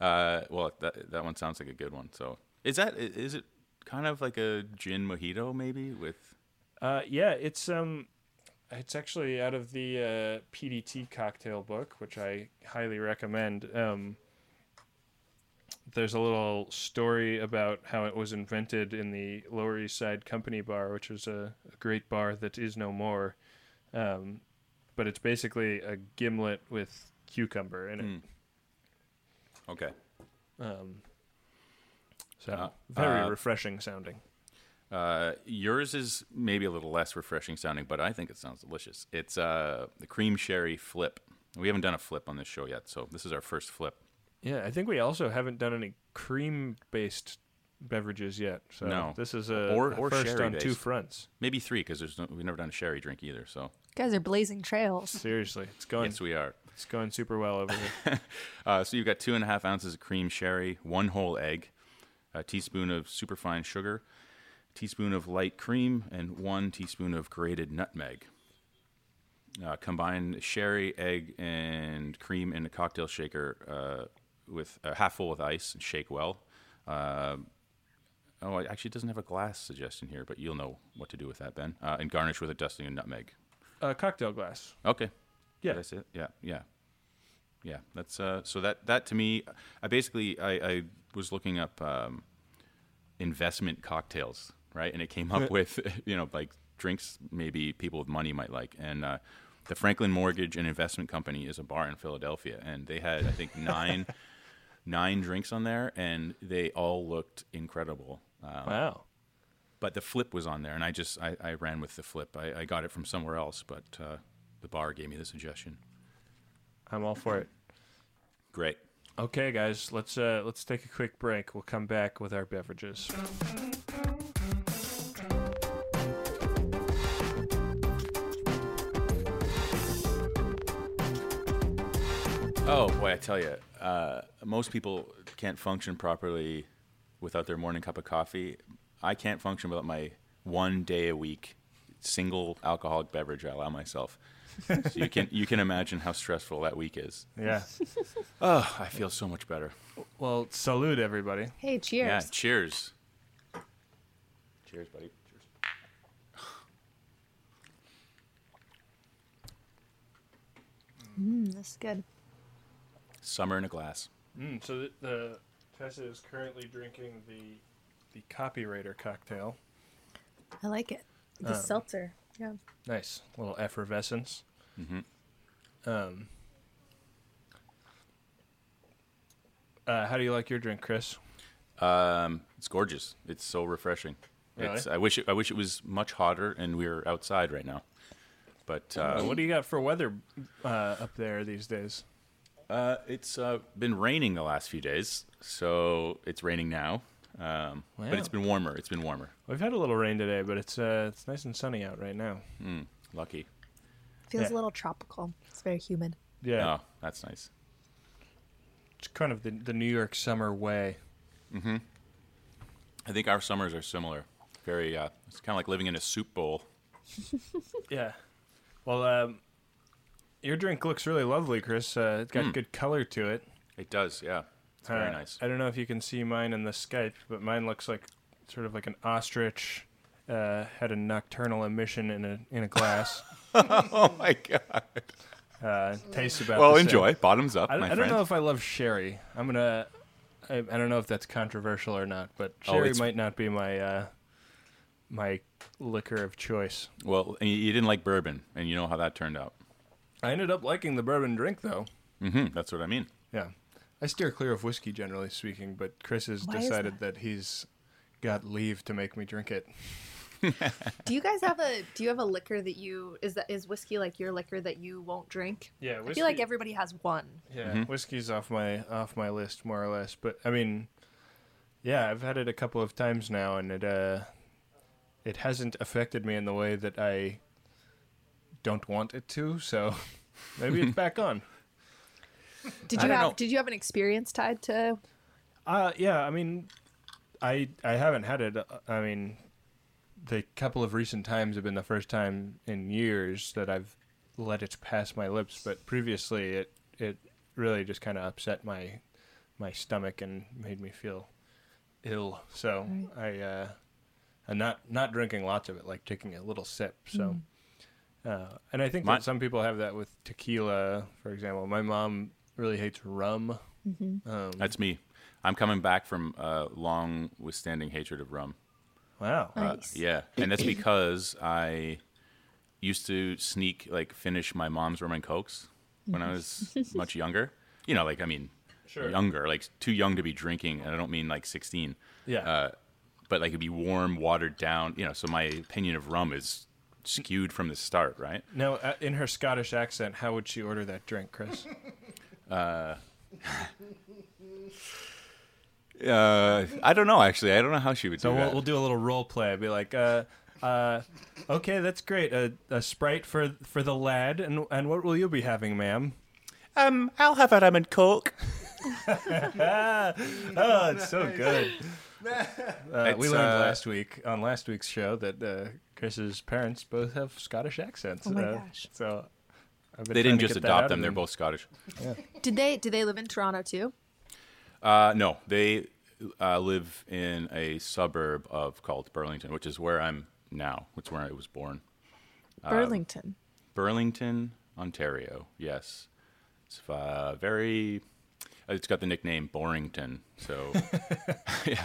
[SPEAKER 1] Uh, well, that that one sounds like a good one. So is that i- is it kind of like a gin mojito maybe with?
[SPEAKER 2] Uh, yeah, it's um, it's actually out of the uh, PDT cocktail book, which I highly recommend. Um, there's a little story about how it was invented in the Lower East Side Company Bar, which is a, a great bar that is no more. Um, but it's basically a gimlet with cucumber in it.
[SPEAKER 1] Okay.
[SPEAKER 2] Um, so
[SPEAKER 1] Uh,
[SPEAKER 2] very
[SPEAKER 1] uh,
[SPEAKER 2] refreshing sounding.
[SPEAKER 1] Uh, yours is maybe a little less refreshing sounding, but I think it sounds delicious. It's uh, the cream sherry flip. We haven't done a flip on this show yet, so this is our first flip.
[SPEAKER 2] Yeah, I think we also haven't done any cream based beverages yet. So
[SPEAKER 1] No.
[SPEAKER 2] this is a,
[SPEAKER 1] Or-
[SPEAKER 2] a
[SPEAKER 1] or
[SPEAKER 2] first on two
[SPEAKER 1] sherry-based.
[SPEAKER 2] fronts.
[SPEAKER 1] Maybe three because there's no, we've never done a sherry drink either. So
[SPEAKER 3] guys are blazing trails.
[SPEAKER 2] Seriously, it's going
[SPEAKER 1] yes, we are.
[SPEAKER 2] it's going super well over
[SPEAKER 1] *laughs*
[SPEAKER 2] here.
[SPEAKER 1] Uh, so you've got two and a half ounces of cream sherry, one whole egg, a teaspoon of superfine sugar, teaspoon of light cream, and one teaspoon of grated nutmeg. Uh, combine sherry, egg, and cream in a cocktail shaker uh, with uh, half full with ice and shake well. Uh, oh, it actually doesn't have a glass suggestion here, but you'll know what to do with that, Ben. Uh, and garnish with a dusting of nutmeg.
[SPEAKER 2] A Uh, cocktail glass.
[SPEAKER 1] Okay.
[SPEAKER 2] Yeah.
[SPEAKER 1] That's it. Yeah. Yeah. Yeah. That's uh so that that to me I basically I, I was looking up um investment cocktails, right? And it came up with you know, like drinks maybe people with money might like. And uh the Franklin Mortgage and Investment Company is a bar in Philadelphia and they had I think nine *laughs* nine drinks on there and they all looked incredible. Um,
[SPEAKER 2] Wow.
[SPEAKER 1] but the flip was on there, and I just I, I ran with the flip. I, I got it from somewhere else, but uh, the bar gave me the suggestion.
[SPEAKER 2] I'm all for it.
[SPEAKER 1] Great.
[SPEAKER 2] Okay, guys, let's uh let's take a quick break. We'll come back with our beverages.
[SPEAKER 1] Oh boy, I tell you, uh, most people can't function properly without their morning cup of coffee. I can't function without my one day a week single alcoholic beverage I allow myself. so you can you can imagine how stressful that week is.
[SPEAKER 2] Yeah.
[SPEAKER 1] Oh, I feel so much better.
[SPEAKER 2] well, salute everybody.
[SPEAKER 3] Hey, cheers.
[SPEAKER 1] Yeah. Cheers. Cheers, buddy. Cheers.
[SPEAKER 3] Mm, This is good.
[SPEAKER 1] Summer in a glass.
[SPEAKER 2] Mm, so the, the Tessa is currently drinking the the copywriter cocktail.
[SPEAKER 3] I like it. The
[SPEAKER 1] Um,
[SPEAKER 3] seltzer. Yeah.
[SPEAKER 2] Nice little effervescence. Um, uh, how do you like your drink, Chris?
[SPEAKER 1] Um, it's gorgeous. It's so refreshing.
[SPEAKER 2] Really?
[SPEAKER 1] It's, I wish it, I wish it was much hotter and we were outside right now. But
[SPEAKER 2] Uh,
[SPEAKER 1] uh,
[SPEAKER 2] what do you got for weather uh, up there these days?
[SPEAKER 1] uh, it's uh, been raining the last few days, so it's raining now. Um,
[SPEAKER 2] Wow.
[SPEAKER 1] But it's been warmer. It's been warmer.
[SPEAKER 2] We've had a little rain today, but it's uh, it's nice and sunny out right now.
[SPEAKER 1] Lucky.
[SPEAKER 3] Feels
[SPEAKER 2] Yeah.
[SPEAKER 3] a little tropical. It's very humid.
[SPEAKER 2] Yeah,
[SPEAKER 1] Oh, that's nice.
[SPEAKER 2] it's kind of the the New York summer way.
[SPEAKER 1] I think our summers are similar. Very. Uh, it's kind of like living in a soup bowl.
[SPEAKER 2] Yeah. Well, um, your drink looks really lovely, Chris. Uh, it's got good color to it.
[SPEAKER 1] It does. Yeah. It's very
[SPEAKER 2] Uh,
[SPEAKER 1] nice.
[SPEAKER 2] I don't know if you can see mine in the Skype, but mine looks like sort of like an ostrich uh, had a nocturnal emission in a in a
[SPEAKER 1] *laughs*
[SPEAKER 2] glass.
[SPEAKER 1] *laughs* oh my god.
[SPEAKER 2] uh, tastes about.
[SPEAKER 1] Well,
[SPEAKER 2] the same.
[SPEAKER 1] enjoy. Bottoms up,
[SPEAKER 2] I, don't-
[SPEAKER 1] my
[SPEAKER 2] I
[SPEAKER 1] friend.
[SPEAKER 2] don't know if I love sherry. I'm gonna. I, I don't know if that's controversial or not, but
[SPEAKER 1] Oh,
[SPEAKER 2] sherry
[SPEAKER 1] it's-
[SPEAKER 2] might not be my uh, my liquor of choice.
[SPEAKER 1] Well, and you- you didn't like bourbon, and you know how that turned out.
[SPEAKER 2] I ended up liking the bourbon drink though.
[SPEAKER 1] hmm That's what I
[SPEAKER 2] Mm-hmm.
[SPEAKER 1] mean.
[SPEAKER 2] Yeah, I steer clear of whiskey generally speaking, but Chris has
[SPEAKER 3] Why is
[SPEAKER 2] decided that? he's got leave to make me drink it.
[SPEAKER 3] Do you guys have a do you have a liquor that you is that is whiskey like your liquor that you won't drink?
[SPEAKER 2] Yeah, whiskey,
[SPEAKER 3] I feel like everybody has one.
[SPEAKER 2] yeah, whiskey's off my off my list more or less. But I mean, yeah, I've had it a couple of times now, and it uh, it hasn't affected me in the way that I don't want it to. So *laughs* maybe it's back on.
[SPEAKER 3] Did
[SPEAKER 1] I
[SPEAKER 3] you
[SPEAKER 1] don't
[SPEAKER 3] have
[SPEAKER 1] know.
[SPEAKER 3] did you have an experience tied to
[SPEAKER 2] Uh, yeah. I mean, I I haven't had it. uh, I mean, the couple of recent times have been the first time in years that I've let it pass my lips. But previously, it it really just kind of upset my my stomach and made me feel ill. So I uh, and not not drinking lots of it, like taking a little sip. So. Uh, and I think
[SPEAKER 1] My-
[SPEAKER 2] that some people have that with tequila, for example. My mom really hates rum. Um,
[SPEAKER 1] That's me. I'm coming back from a long withstanding hatred of rum.
[SPEAKER 2] wow.
[SPEAKER 1] Uh,
[SPEAKER 3] Nice.
[SPEAKER 1] yeah, and that's because I used to sneak like finish my mom's rum and cokes when I was much younger. You know, like I mean, younger, like too young to be drinking, and I don't mean like 16.
[SPEAKER 2] Yeah.
[SPEAKER 1] Uh, but like it'd be warm, watered down. You know, so my opinion of rum is skewed from the start, right?
[SPEAKER 2] Now, uh, in her Scottish accent, how would she order that drink, *laughs* Chris?
[SPEAKER 1] Uh, I don't know actually. I don't know how she would
[SPEAKER 2] So
[SPEAKER 1] do
[SPEAKER 2] we'll,
[SPEAKER 1] that.
[SPEAKER 2] we'll do a little role play. Be like, uh, uh, okay, that's great. A, a sprite for for the lad, and and what will you be having, ma'am?
[SPEAKER 1] um, I'll have a rum and coke.
[SPEAKER 2] *laughs* Oh, it's so *laughs* good. Uh, we
[SPEAKER 1] It's,
[SPEAKER 2] learned
[SPEAKER 1] uh,
[SPEAKER 2] last week on last week's show that uh, Chris's parents both have Scottish accents.
[SPEAKER 3] Oh my
[SPEAKER 2] uh,
[SPEAKER 3] gosh.
[SPEAKER 2] So I've been
[SPEAKER 1] They
[SPEAKER 2] trying
[SPEAKER 1] didn't
[SPEAKER 2] to
[SPEAKER 1] just
[SPEAKER 2] get that out
[SPEAKER 1] adopt
[SPEAKER 2] of
[SPEAKER 1] them. They're both Scottish.
[SPEAKER 3] Did they did they live in Toronto too?
[SPEAKER 1] Uh, no, they uh, live in a suburb of called Burlington, which is where I'm now. It's where I was born. Um,
[SPEAKER 3] Burlington.
[SPEAKER 1] Burlington, Ontario. Yes, it's uh, very. uh, It's got the nickname Borington. So, yeah,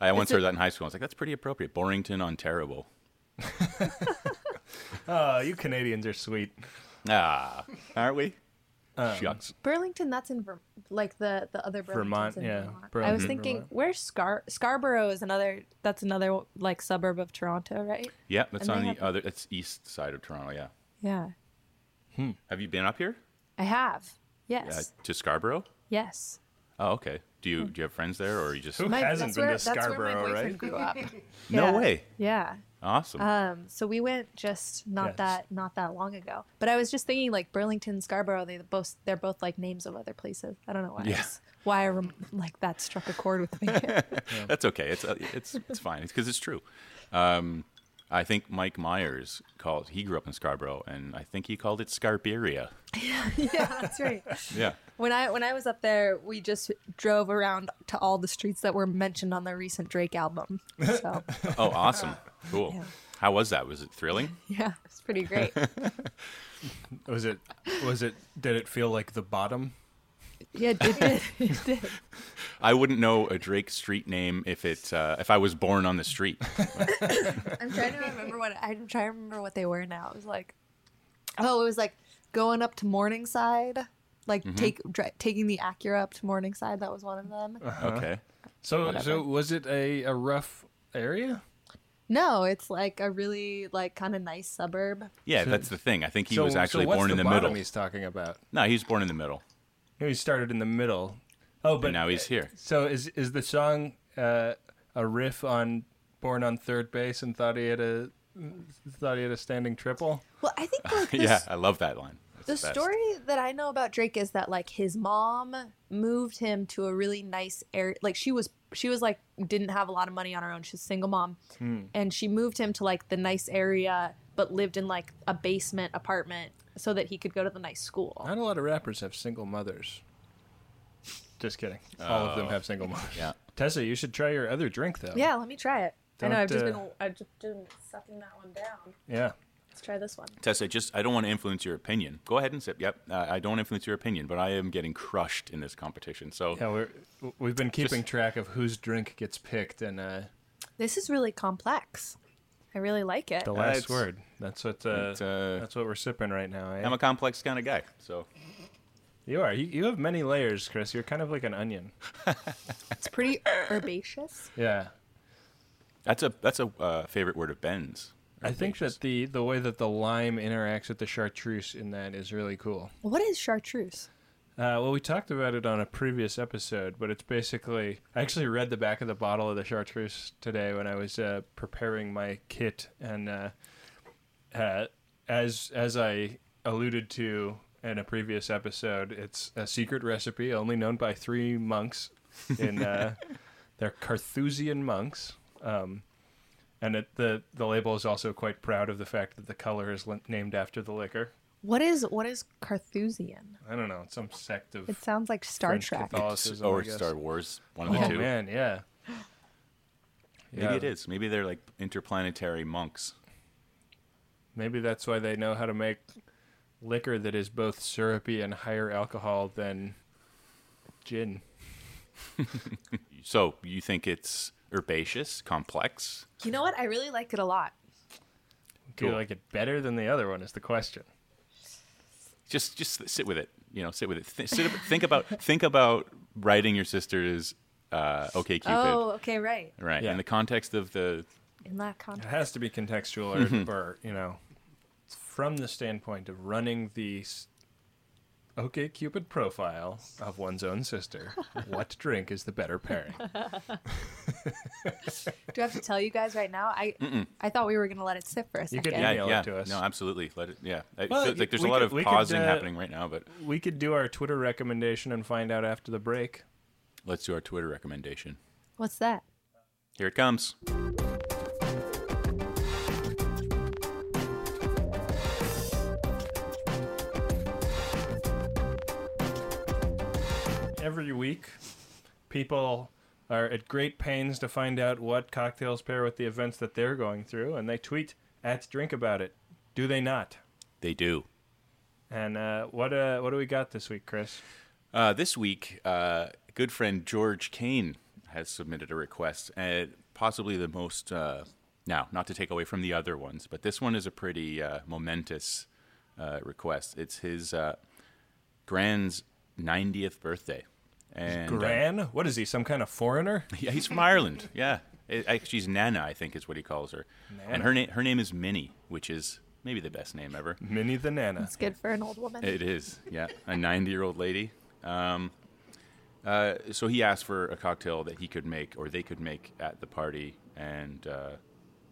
[SPEAKER 1] I once heard that in high school. I was like, "That's pretty appropriate." Borington, Ontario.
[SPEAKER 2] Oh, you Canadians are sweet.
[SPEAKER 1] Ah, aren't we? Shucks.
[SPEAKER 3] Burlington, that's in Verm- like the the other Burlington's
[SPEAKER 2] Vermont,
[SPEAKER 3] in
[SPEAKER 2] yeah.
[SPEAKER 3] Vermont. I was
[SPEAKER 2] Burlington,
[SPEAKER 3] thinking
[SPEAKER 2] Vermont.
[SPEAKER 3] where's Scar Scarborough is another that's another like suburb of Toronto, right?
[SPEAKER 1] Yeah, that's
[SPEAKER 3] And they
[SPEAKER 1] on the
[SPEAKER 3] have-
[SPEAKER 1] other. That's east side of Toronto. Yeah.
[SPEAKER 3] Yeah.
[SPEAKER 1] Have you been up here
[SPEAKER 3] I have.
[SPEAKER 1] uh,
[SPEAKER 3] Yes.
[SPEAKER 1] to Scarborough?
[SPEAKER 3] yes.
[SPEAKER 1] Oh, okay. Do you do you have friends there, or are you just?
[SPEAKER 2] Who hasn't
[SPEAKER 3] that's
[SPEAKER 2] been
[SPEAKER 3] where-
[SPEAKER 2] to
[SPEAKER 3] that's where my
[SPEAKER 2] Scarborough,
[SPEAKER 3] boyfriend
[SPEAKER 2] right?
[SPEAKER 3] grew
[SPEAKER 2] *laughs*
[SPEAKER 3] up. *laughs*
[SPEAKER 1] No
[SPEAKER 3] Yeah.
[SPEAKER 1] way.
[SPEAKER 3] Yeah.
[SPEAKER 1] Awesome.
[SPEAKER 3] Um, so we went just not
[SPEAKER 2] Yes.
[SPEAKER 3] that not that long ago. But I was just thinking like Burlington, Scarborough, they both they're both like names of other places. I don't know why. I
[SPEAKER 1] Yeah.
[SPEAKER 3] just- Why I rem- like that struck a chord with me.
[SPEAKER 2] *laughs*
[SPEAKER 3] *laughs*
[SPEAKER 1] That's okay. It's uh, it's it's fine. It's because it's true. Um, I think Mike Myers called. He grew up in Scarborough, and I think he called it Scarberia.
[SPEAKER 3] yeah, that's right.
[SPEAKER 1] Yeah.
[SPEAKER 3] When I when I was up there, we just drove around to all the streets that were mentioned on the recent Drake album. So
[SPEAKER 1] Oh, awesome. Cool.
[SPEAKER 3] Yeah.
[SPEAKER 1] How was that? Was it thrilling?
[SPEAKER 3] yeah, it's pretty great.
[SPEAKER 2] Was it? Was it? Did it feel like the bottom?
[SPEAKER 3] Yeah, it did. It did.
[SPEAKER 1] I wouldn't know a Drake street name if it uh, if I was born on the street.
[SPEAKER 2] Uh-huh.
[SPEAKER 3] *laughs* I'm trying to remember what I'm trying to remember what they were now. It was like, oh, it was like going up to Morningside, like take dri taking the Acura up to Morningside. That was one of them.
[SPEAKER 1] Okay.
[SPEAKER 2] So,
[SPEAKER 3] Whatever.
[SPEAKER 2] so was it a, a rough area?
[SPEAKER 3] No, it's like a really like kind of nice suburb.
[SPEAKER 1] Yeah, that's the thing. I think he
[SPEAKER 2] so,
[SPEAKER 1] was
[SPEAKER 2] so
[SPEAKER 1] actually
[SPEAKER 2] what's
[SPEAKER 1] born in the
[SPEAKER 2] bottom
[SPEAKER 1] middle.
[SPEAKER 2] He's talking about.
[SPEAKER 1] No, he was born in the middle,
[SPEAKER 2] He started in the middle. Oh, but
[SPEAKER 1] and now he's
[SPEAKER 2] *laughs*
[SPEAKER 1] here.
[SPEAKER 2] So is is the song uh, a riff on "Born on Third Base" and thought he had a thought he had a standing triple?
[SPEAKER 3] Well, I think like the,
[SPEAKER 1] *laughs* Yeah, I love that line. That's
[SPEAKER 3] the
[SPEAKER 1] best.
[SPEAKER 3] story that I know about Drake is that like his mom moved him to a really nice area. Like she was, she was like didn't have a lot of money on her own. She's a single mom, and she moved him to like the nice area, but lived in like a basement apartment so that he could go to the nice school.
[SPEAKER 2] Not a lot of rappers have single mothers. Just kidding. All
[SPEAKER 1] Oh.
[SPEAKER 2] of them have single mothers.
[SPEAKER 1] Yeah.
[SPEAKER 2] Tessa, you should try your other drink though.
[SPEAKER 3] Yeah, let me try it. I know
[SPEAKER 2] Don't,
[SPEAKER 3] I've just
[SPEAKER 2] uh,
[SPEAKER 3] been I've just been sucking that one down.
[SPEAKER 2] Yeah.
[SPEAKER 3] Let's try this one.
[SPEAKER 1] Tessa, just I don't want to influence your opinion. Go ahead and sip. Yep, uh, I don't influence your opinion, but I am getting crushed in this competition. So
[SPEAKER 2] Yeah, we're we've been keeping
[SPEAKER 1] Just-
[SPEAKER 2] track of whose drink gets picked and uh,
[SPEAKER 3] This is really complex. I really like it.
[SPEAKER 2] the last
[SPEAKER 1] Uh, it's-
[SPEAKER 2] word. That's what uh,
[SPEAKER 1] it's, uh,
[SPEAKER 2] that's what we're sipping right now. Eh?
[SPEAKER 1] I'm a complex kind of guy. So
[SPEAKER 2] You are. You, you have many layers, Chris. You're kind of like an onion.
[SPEAKER 3] It's pretty herbaceous.
[SPEAKER 2] Yeah.
[SPEAKER 1] That's a that's a uh, favorite word of Ben's.
[SPEAKER 2] I think
[SPEAKER 1] Herbaceous.
[SPEAKER 2] that the the way that the lime interacts with the chartreuse in that is really cool.
[SPEAKER 3] What is chartreuse?
[SPEAKER 2] Uh, well, we talked about it on a previous episode, but it's basically. I actually read the back of the bottle of the chartreuse today when I was uh, preparing my kit, and uh, uh, as as I alluded to in a previous episode, it's a secret recipe only known by three monks in uh, they're Carthusian monks. Um, and it, the the label is also quite proud of the fact that the color is lin- named after the liquor.
[SPEAKER 3] What is what is Carthusian?
[SPEAKER 2] I don't know, it's some sect of
[SPEAKER 3] It sounds like Star
[SPEAKER 2] French
[SPEAKER 3] Trek.
[SPEAKER 2] Catholic-
[SPEAKER 1] It's-
[SPEAKER 2] Catholicism, I
[SPEAKER 1] or
[SPEAKER 2] guess.
[SPEAKER 1] Star Wars, one of the
[SPEAKER 2] Oh
[SPEAKER 1] two.
[SPEAKER 2] man, yeah.
[SPEAKER 1] Maybe it is. Maybe they're like interplanetary monks.
[SPEAKER 2] Maybe that's why they know how to make liquor that is both syrupy and higher alcohol than gin.
[SPEAKER 1] So you think it's herbaceous, complex?
[SPEAKER 3] You know what? I really like it a lot.
[SPEAKER 2] Do you
[SPEAKER 1] Cool.
[SPEAKER 2] like it better than the other one? Is the question.
[SPEAKER 1] Just just sit with it. You know, sit with it. Th- sit, ab- think
[SPEAKER 2] *laughs*
[SPEAKER 1] about think about writing your sister's uh, OK Cupid.
[SPEAKER 3] Oh, okay, right.
[SPEAKER 1] Right.
[SPEAKER 2] Yeah.
[SPEAKER 1] In the context of the
[SPEAKER 3] In that
[SPEAKER 2] It
[SPEAKER 3] context.
[SPEAKER 2] has to be contextual, or,
[SPEAKER 1] Mm-hmm.
[SPEAKER 2] or you know, from the standpoint of running the s- OK Cupid profile of one's own
[SPEAKER 1] *laughs*
[SPEAKER 2] sister. what drink is the better pairing?
[SPEAKER 3] Do I have to tell you guys right now? I I thought we were gonna let it sit for a
[SPEAKER 2] You
[SPEAKER 3] second.
[SPEAKER 2] could-
[SPEAKER 1] yeah,
[SPEAKER 2] Email it
[SPEAKER 1] yeah.
[SPEAKER 2] to us.
[SPEAKER 1] No, absolutely. Let it. Yeah. I
[SPEAKER 2] Well,
[SPEAKER 1] feel like there's
[SPEAKER 2] we
[SPEAKER 1] a lot
[SPEAKER 2] could- we
[SPEAKER 1] of
[SPEAKER 2] could,
[SPEAKER 1] pausing
[SPEAKER 2] uh,
[SPEAKER 1] happening right now, but
[SPEAKER 2] We could do our Twitter recommendation and find out after the break.
[SPEAKER 1] let's do our Twitter recommendation.
[SPEAKER 3] What's that?
[SPEAKER 1] Here it comes.
[SPEAKER 2] every week people are at great pains to find out what cocktails pair with the events that they're going through and they tweet at drink about it do they not
[SPEAKER 1] They do.
[SPEAKER 2] and uh, what uh, what do we got this week chris
[SPEAKER 1] Uh, this week, uh, good friend George Kane has submitted a request, and possibly the most. Uh, now, not to take away from the other ones, but this one is a pretty uh, momentous uh, request. It's his uh, grand's 90th birthday, and uh,
[SPEAKER 2] gran what is he some kind of foreigner
[SPEAKER 1] Yeah, he's from Ireland. Yeah, I, I, she's Nana, I think, is what he calls her. And her name her name is Minnie, which is maybe the best name ever.
[SPEAKER 2] minnie
[SPEAKER 1] *laughs*
[SPEAKER 2] the nana
[SPEAKER 3] It's good for an old woman.
[SPEAKER 1] It is. Yeah, a ninety year old lady. Um, uh, so he asked for a cocktail that he could make or they could make at the party and uh,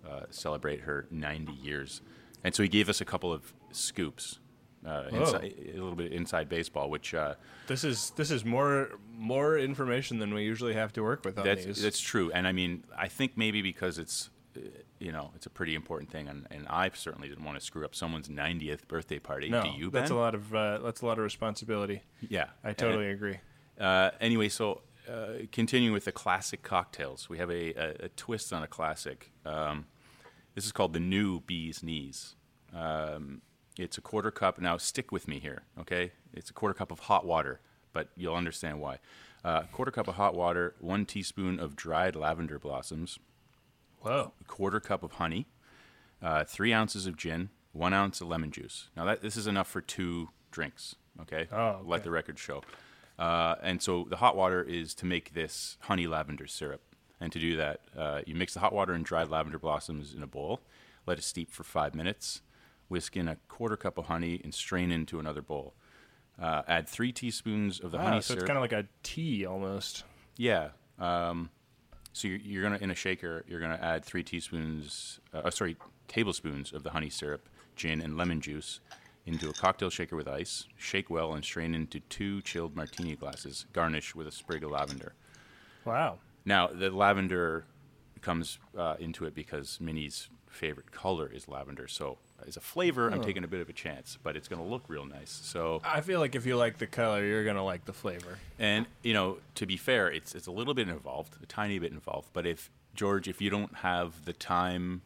[SPEAKER 1] uh, celebrate her ninety years. And so he gave us a couple of scoops. Uh, inside, a little bit inside baseball, which uh,
[SPEAKER 2] this is this is more more information than we usually have to work with on
[SPEAKER 1] that's
[SPEAKER 2] these
[SPEAKER 1] that's true, and I mean, I think maybe because it's uh, you know it's a pretty important thing, and, and I certainly didn't want to screw up someone's 90th birthday party.
[SPEAKER 2] no
[SPEAKER 1] Do you, Ben?
[SPEAKER 2] that's a lot of uh, that's a lot of responsibility
[SPEAKER 1] Yeah,
[SPEAKER 2] i
[SPEAKER 1] And-
[SPEAKER 2] totally agree
[SPEAKER 1] Uh, anyway, so uh, continuing with the classic cocktails, we have a, a, a twist on a classic. Um, this is called the New Bee's Knees. Um, it's a quarter cup. Now, stick with me here, okay? It's a quarter cup of hot water, but you'll understand why. Uh, quarter cup of hot water, one teaspoon of dried lavender blossoms,
[SPEAKER 2] whoa
[SPEAKER 1] a quarter cup of honey, uh, three ounces of gin, one ounce of lemon juice. Now that this is enough for two drinks. Okay.
[SPEAKER 2] Oh,
[SPEAKER 1] Let
[SPEAKER 2] okay.
[SPEAKER 1] the record show. Uh, and so the hot water is to make this honey lavender syrup. And to do that, uh, you mix the hot water and dried lavender blossoms in a bowl. Let it steep for five minutes. Whisk in a quarter cup of honey and strain into another bowl. Uh, add three teaspoons of the
[SPEAKER 2] Ah,
[SPEAKER 1] honey
[SPEAKER 2] so
[SPEAKER 1] syrup.
[SPEAKER 2] it's kind of like a tea almost
[SPEAKER 1] Yeah. Um, so you're, you're gonna in a shaker, you're gonna add three teaspoons, uh, oh, sorry, tablespoons of the honey syrup, gin, and lemon juice into a cocktail shaker with ice. Shake well and strain into two chilled martini glasses. Garnish with a sprig of lavender.
[SPEAKER 2] wow
[SPEAKER 1] Now the lavender comes uh, into it because Minnie's favorite color is lavender. So as a flavor, I'm taking a bit of a chance, but it's gonna look real nice. So
[SPEAKER 2] I feel like if you like the color, you're gonna like the flavor.
[SPEAKER 1] And you know, to be fair, it's it's a little bit involved, a tiny bit involved. But if George, if you don't have the time,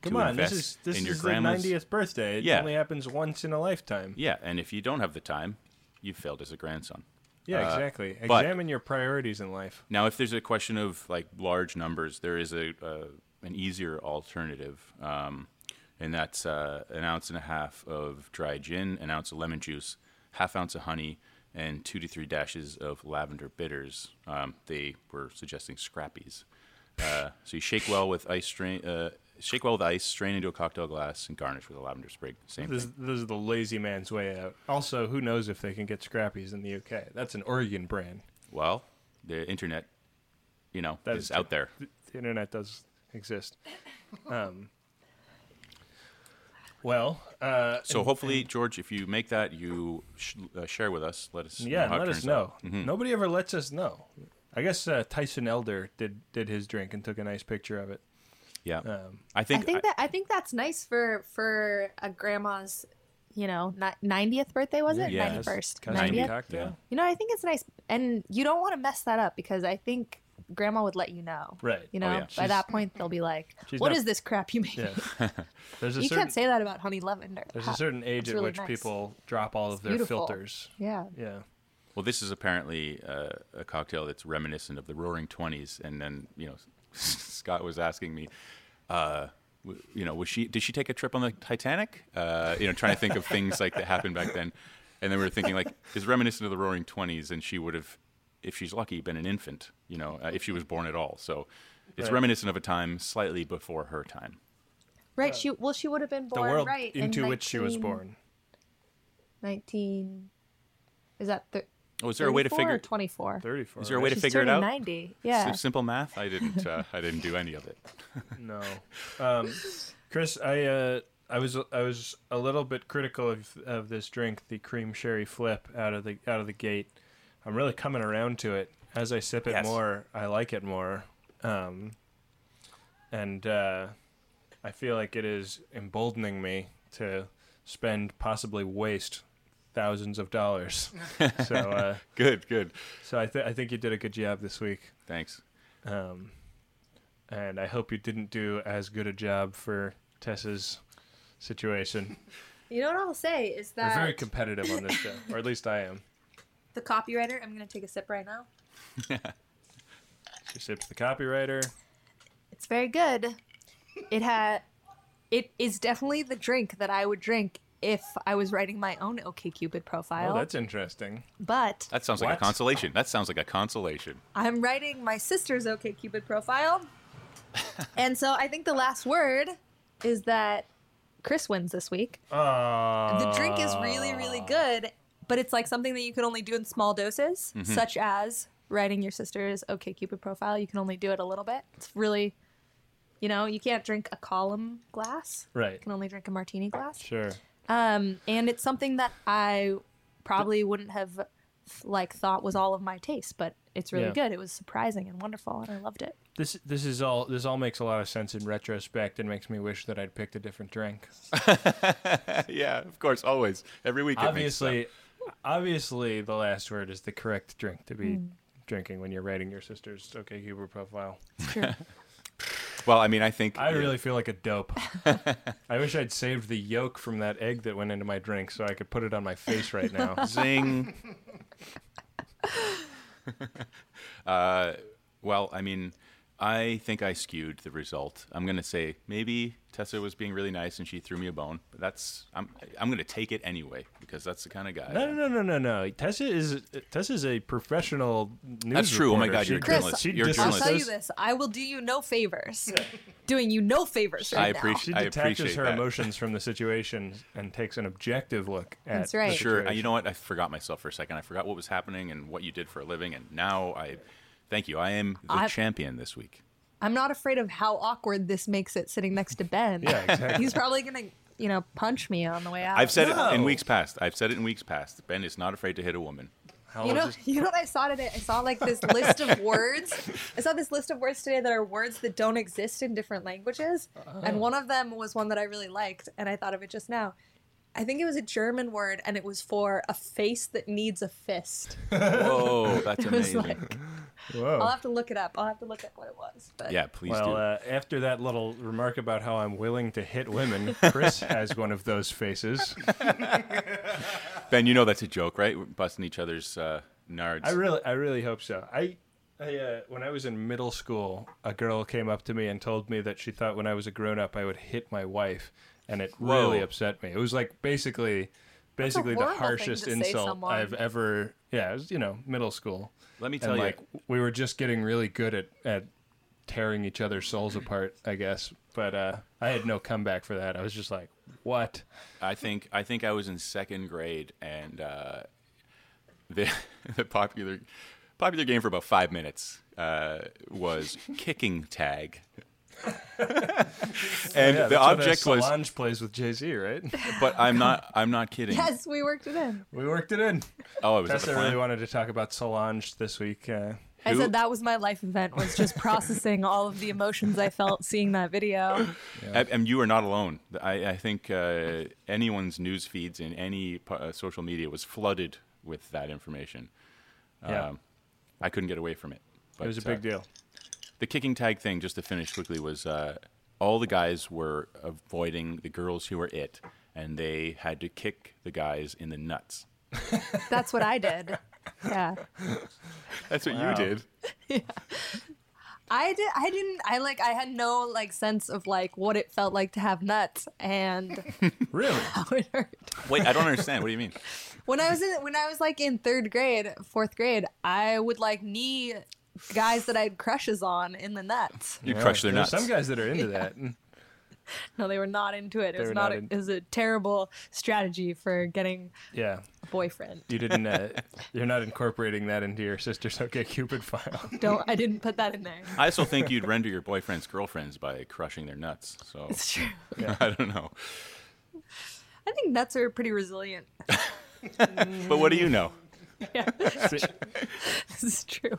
[SPEAKER 2] Come
[SPEAKER 1] To
[SPEAKER 2] on, this
[SPEAKER 1] invest
[SPEAKER 2] is this
[SPEAKER 1] in your
[SPEAKER 2] is the
[SPEAKER 1] grandma's-
[SPEAKER 2] 90th birthday. It
[SPEAKER 1] Yeah.
[SPEAKER 2] only happens once in a lifetime.
[SPEAKER 1] yeah, and if you don't have the time, you failed as a grandson.
[SPEAKER 2] Yeah,
[SPEAKER 1] Uh,
[SPEAKER 2] exactly.
[SPEAKER 1] but-
[SPEAKER 2] Examine your priorities in life.
[SPEAKER 1] Now, if there's a question of like large numbers, there is a uh, an easier alternative, um, and that's uh, an ounce and a half of dry gin, an ounce of lemon juice, half ounce of honey, and two to three dashes of lavender bitters. Um, they were suggesting scrappies. Uh, so you shake well with ice strain. Uh, shake well with ice, strain into a cocktail glass, and garnish with a lavender sprig. Same
[SPEAKER 2] This,
[SPEAKER 1] thing.
[SPEAKER 2] this is the lazy man's way out. Also, who knows if they can get Scrappies in the UK? That's an Oregon brand.
[SPEAKER 1] Well, the internet, you know,
[SPEAKER 2] That
[SPEAKER 1] is
[SPEAKER 2] is
[SPEAKER 1] out there.
[SPEAKER 2] The internet does exist. Um, well, uh,
[SPEAKER 1] So hopefully, George, if you make that, you sh- uh, share with us. Let us know
[SPEAKER 2] yeah,
[SPEAKER 1] how it
[SPEAKER 2] let us
[SPEAKER 1] turns out.
[SPEAKER 2] know. Nobody ever lets us know. I guess uh, Tyson Elder did did his drink and took a nice picture of it.
[SPEAKER 1] Yeah,
[SPEAKER 2] Um,
[SPEAKER 1] I
[SPEAKER 3] I
[SPEAKER 1] think.
[SPEAKER 3] think that I think that's nice for for a grandma's, you know, ninetieth birthday was it?
[SPEAKER 1] Yeah.
[SPEAKER 3] Ninety
[SPEAKER 1] Yes.
[SPEAKER 3] first,
[SPEAKER 2] Custom
[SPEAKER 1] Ninety.
[SPEAKER 3] ninetieth.
[SPEAKER 2] cocktail.
[SPEAKER 3] You know, I think it's nice, and you don't want to mess that up because I think grandma would let you know.
[SPEAKER 2] Right. Oh,
[SPEAKER 3] You know,
[SPEAKER 1] yeah.
[SPEAKER 3] by
[SPEAKER 2] She's-
[SPEAKER 3] that point they'll be like, "What
[SPEAKER 2] She's not-
[SPEAKER 3] is this crap you made?"
[SPEAKER 2] Yeah. There's a
[SPEAKER 3] You
[SPEAKER 2] certain
[SPEAKER 3] can't say that about honey lavender.
[SPEAKER 2] there's a certain age
[SPEAKER 3] It's
[SPEAKER 2] at
[SPEAKER 3] really
[SPEAKER 2] which
[SPEAKER 3] nice.
[SPEAKER 2] people drop all of their
[SPEAKER 3] beautiful.
[SPEAKER 2] filters.
[SPEAKER 3] Yeah.
[SPEAKER 2] Yeah.
[SPEAKER 1] Well, this is apparently uh, a cocktail that's reminiscent of the Roaring Twenties, and then you know, *laughs* Scott was asking me, uh, w- you know, was she did she take a trip on the Titanic? Uh, you know, trying to think of things like that happened back then, and then we were thinking like, is reminiscent of the Roaring Twenties, and she would have, if she's lucky, been an infant, you know, uh, if she was born at all. So, it's
[SPEAKER 2] Right.
[SPEAKER 1] reminiscent of a time slightly before her time.
[SPEAKER 3] Right. She well, she would have been
[SPEAKER 2] The
[SPEAKER 3] born
[SPEAKER 2] world
[SPEAKER 3] right in
[SPEAKER 2] into which she was
[SPEAKER 3] 19
[SPEAKER 2] born.
[SPEAKER 3] Nineteen. Is that thir-
[SPEAKER 1] Oh, is there a way to
[SPEAKER 3] 34
[SPEAKER 1] figure?
[SPEAKER 3] or twenty four?
[SPEAKER 2] 34.
[SPEAKER 1] Is there a way to
[SPEAKER 3] She's
[SPEAKER 1] figure it
[SPEAKER 3] turning
[SPEAKER 1] out?
[SPEAKER 3] Ninety. Yeah.
[SPEAKER 1] S- simple math. I didn't. Uh, I didn't do any of it.
[SPEAKER 2] No. Um, Chris, I uh, I was I was a little bit critical of, of this drink, the cream sherry flip out of the out of the gate. I'm really coming around to it. As I sip it
[SPEAKER 1] Yes.
[SPEAKER 2] more, I like it more. Um, and uh, I feel like it is emboldening me to spend possibly waste thousands of dollars. so uh,
[SPEAKER 1] Good. Good.
[SPEAKER 2] so I th- I think you did a good job this week.
[SPEAKER 1] Thanks.
[SPEAKER 2] Um, and I hope you didn't do as good a job for Tessa's
[SPEAKER 3] *laughs*
[SPEAKER 2] situation.
[SPEAKER 3] You know what I'll say is
[SPEAKER 2] We're
[SPEAKER 3] that
[SPEAKER 2] very competitive on this show, or at least I am.
[SPEAKER 3] the copywriter. I'm gonna take a sip right now.
[SPEAKER 2] She sips the copywriter.
[SPEAKER 3] It's very *laughs* good. It had. It is definitely the drink that I would drink if I was writing my own OKCupid profile.
[SPEAKER 2] Oh, that's interesting.
[SPEAKER 3] but
[SPEAKER 1] That sounds like
[SPEAKER 2] What?
[SPEAKER 1] a consolation. That sounds like a consolation. *laughs*
[SPEAKER 3] I'm writing my sister's OKCupid profile, and so I think the last word is that Chris wins this week.
[SPEAKER 2] Oh,
[SPEAKER 3] *laughs* the drink is really really good but it's like something that you can only do in small doses such as writing your sister's okcupid profile you can only do it a little bit it's really you know you can't drink a column glass
[SPEAKER 2] Right.
[SPEAKER 3] you can only drink a martini glass
[SPEAKER 2] Sure.
[SPEAKER 3] um, and it's something that i probably wouldn't have like thought was all of my taste but it's really
[SPEAKER 2] Yeah.
[SPEAKER 3] good it was surprising and wonderful and i loved it
[SPEAKER 2] This this is all this all makes a lot of sense in retrospect and makes me wish that I'd picked a different drink.
[SPEAKER 1] yeah, of course, always. Every week. it makes sense.
[SPEAKER 2] obviously obviously the last word is the correct drink to be
[SPEAKER 3] Hmm.
[SPEAKER 2] drinking when you're writing your sister's okay Huber profile.
[SPEAKER 3] it's true
[SPEAKER 1] Well, I mean, I think.
[SPEAKER 2] I
[SPEAKER 1] yeah,
[SPEAKER 2] really feel like
[SPEAKER 1] *laughs*
[SPEAKER 2] a dope. I wish I'd saved the yolk from that egg that went into my drink so I could put it on my face right
[SPEAKER 1] *laughs*
[SPEAKER 2] now. *laughs*
[SPEAKER 1] Zing. uh, well, I mean, I think I skewed the result. I'm gonna say maybe Tessa was being really nice and she threw me a bone. But that's I'm I'm gonna take it anyway because that's the kind of guy. I
[SPEAKER 2] No,
[SPEAKER 1] am.
[SPEAKER 2] no, no, no, no, no. Tessa is Tessa is a professional news.
[SPEAKER 1] That's true. Oh my
[SPEAKER 2] reporter.
[SPEAKER 1] God, you're a
[SPEAKER 2] She-
[SPEAKER 3] Chris,
[SPEAKER 1] journalist.
[SPEAKER 2] she
[SPEAKER 1] You're a
[SPEAKER 3] i'll
[SPEAKER 1] journalist.
[SPEAKER 3] tell you
[SPEAKER 2] detaches-
[SPEAKER 3] this i will do you no favors doing you no favors right
[SPEAKER 1] I
[SPEAKER 3] now.
[SPEAKER 1] appreciate-
[SPEAKER 2] She
[SPEAKER 1] I
[SPEAKER 2] detaches her
[SPEAKER 1] that.
[SPEAKER 2] emotions from the situation and takes an objective look at.
[SPEAKER 3] That's right.
[SPEAKER 2] the
[SPEAKER 1] Sure. uh, You
[SPEAKER 2] situation.
[SPEAKER 1] know what? I forgot myself for a second. I forgot what was happening and what you did for a living, and now I. Thank you. I am the
[SPEAKER 3] I've-
[SPEAKER 1] champion this week.
[SPEAKER 3] I'm not afraid of how awkward this makes it sitting next to Ben.
[SPEAKER 2] Yeah,
[SPEAKER 1] *laughs*
[SPEAKER 2] exactly.
[SPEAKER 3] He's probably gonna, you know, punch me on the way out.
[SPEAKER 1] I've said it in
[SPEAKER 2] No.
[SPEAKER 1] weeks past. I've said it in weeks past. Ben is not afraid to hit a woman.
[SPEAKER 2] How
[SPEAKER 3] You
[SPEAKER 2] old
[SPEAKER 3] know,
[SPEAKER 2] is-
[SPEAKER 3] you know what I saw today? I saw like this
[SPEAKER 1] *laughs*
[SPEAKER 3] list of words. I saw this list of words today that are words that don't exist in different languages,
[SPEAKER 2] Oh.
[SPEAKER 3] and one of them was one that I really liked, and I thought of it just now. I think it was a German word, and it was for a face that needs a fist.
[SPEAKER 1] Whoa, *laughs* that's
[SPEAKER 3] Oh, It was
[SPEAKER 1] amazing.
[SPEAKER 3] like
[SPEAKER 2] Whoa.
[SPEAKER 3] I'll have to look it up. I'll have to look up what it was. But
[SPEAKER 1] yeah, please do.
[SPEAKER 2] Well, uh, after that little remark about how I'm willing to
[SPEAKER 1] *laughs*
[SPEAKER 2] hit women, Chris has one of those faces.
[SPEAKER 1] ben, you know that's a joke, right? We're busting each other's uh, nards.
[SPEAKER 2] I really, I really hope so. I, I uh, when I was in middle school, a girl came up to me and told me that she thought when I was a grown up, I would hit my wife, and it really
[SPEAKER 1] Whoa.
[SPEAKER 2] upset me. It was like basically, basically the
[SPEAKER 3] horrible thing
[SPEAKER 2] harshest
[SPEAKER 3] to say
[SPEAKER 2] insult
[SPEAKER 3] someone.
[SPEAKER 2] I've ever. Yeah, it was you know middle school.
[SPEAKER 1] Let me
[SPEAKER 2] And
[SPEAKER 1] tell you.
[SPEAKER 2] like we were just getting really good at at tearing each other's souls apart, I guess. But uh, I had no comeback for that. I was just like, what?
[SPEAKER 1] I think I think I was in second grade, and uh, the *laughs* the popular popular game for about five minutes uh, was kicking
[SPEAKER 2] *laughs*
[SPEAKER 1] tag. and
[SPEAKER 2] Yeah,
[SPEAKER 1] the
[SPEAKER 2] that's what, uh,
[SPEAKER 1] object was,
[SPEAKER 2] Solange plays with Jay Z,
[SPEAKER 1] *laughs*
[SPEAKER 2] right?
[SPEAKER 1] but I'm not I'm not kidding.
[SPEAKER 3] *laughs* Yes, we worked it in.
[SPEAKER 2] we worked it in.
[SPEAKER 1] Oh, it was that the
[SPEAKER 2] Tessa
[SPEAKER 1] plan?
[SPEAKER 2] really wanted to talk about Solange this week. Uh,
[SPEAKER 3] I
[SPEAKER 1] Who-
[SPEAKER 3] said that was my life event was just processing all of the emotions I felt seeing that video.
[SPEAKER 1] And- And you are not alone. I, I think uh, anyone's news feeds in any pu- uh, social media was flooded with that information.
[SPEAKER 2] yeah,
[SPEAKER 1] I couldn't get away from it. But,
[SPEAKER 2] it was a
[SPEAKER 1] uh,
[SPEAKER 2] big deal.
[SPEAKER 1] the kicking tag thing, just to finish quickly, was uh, all the guys were avoiding the girls who were it, and they had to kick the guys in the nuts.
[SPEAKER 3] That's what I did. Yeah.
[SPEAKER 1] That's what
[SPEAKER 2] Wow.
[SPEAKER 1] you did.
[SPEAKER 3] I did I didn't I like I had no like sense of like what it felt like to have nuts and *laughs*
[SPEAKER 1] *laughs*
[SPEAKER 2] Really?
[SPEAKER 3] how it hurt.
[SPEAKER 1] Wait, I don't understand. What do you *laughs* mean?
[SPEAKER 3] When I was in when I was like in 3rd grade, 4th grade, I would like knee guys that I had crushes on in the nuts.
[SPEAKER 1] You crushed their
[SPEAKER 2] There's
[SPEAKER 1] nuts.
[SPEAKER 2] Some guys that are into that.
[SPEAKER 3] No, they were not into it. It was
[SPEAKER 2] were
[SPEAKER 3] not,
[SPEAKER 2] not
[SPEAKER 3] a,
[SPEAKER 2] in-
[SPEAKER 3] it was a terrible strategy for getting
[SPEAKER 2] Yeah,
[SPEAKER 3] a boyfriend.
[SPEAKER 2] you didn't. Uh, *laughs* you're not incorporating that into your sister's *laughs* OK Cupid
[SPEAKER 3] *laughs*
[SPEAKER 2] file. *laughs*
[SPEAKER 3] Don't I didn't put that in there.
[SPEAKER 1] I also think you'd render your boyfriends girlfriends by crushing their nuts.
[SPEAKER 2] *laughs*
[SPEAKER 1] So
[SPEAKER 3] It's true.
[SPEAKER 1] *laughs* I don't know.
[SPEAKER 3] I think nuts are pretty resilient. *laughs*
[SPEAKER 1] But what do you know?
[SPEAKER 3] Yeah,
[SPEAKER 2] See,
[SPEAKER 1] Uh.
[SPEAKER 3] this is true.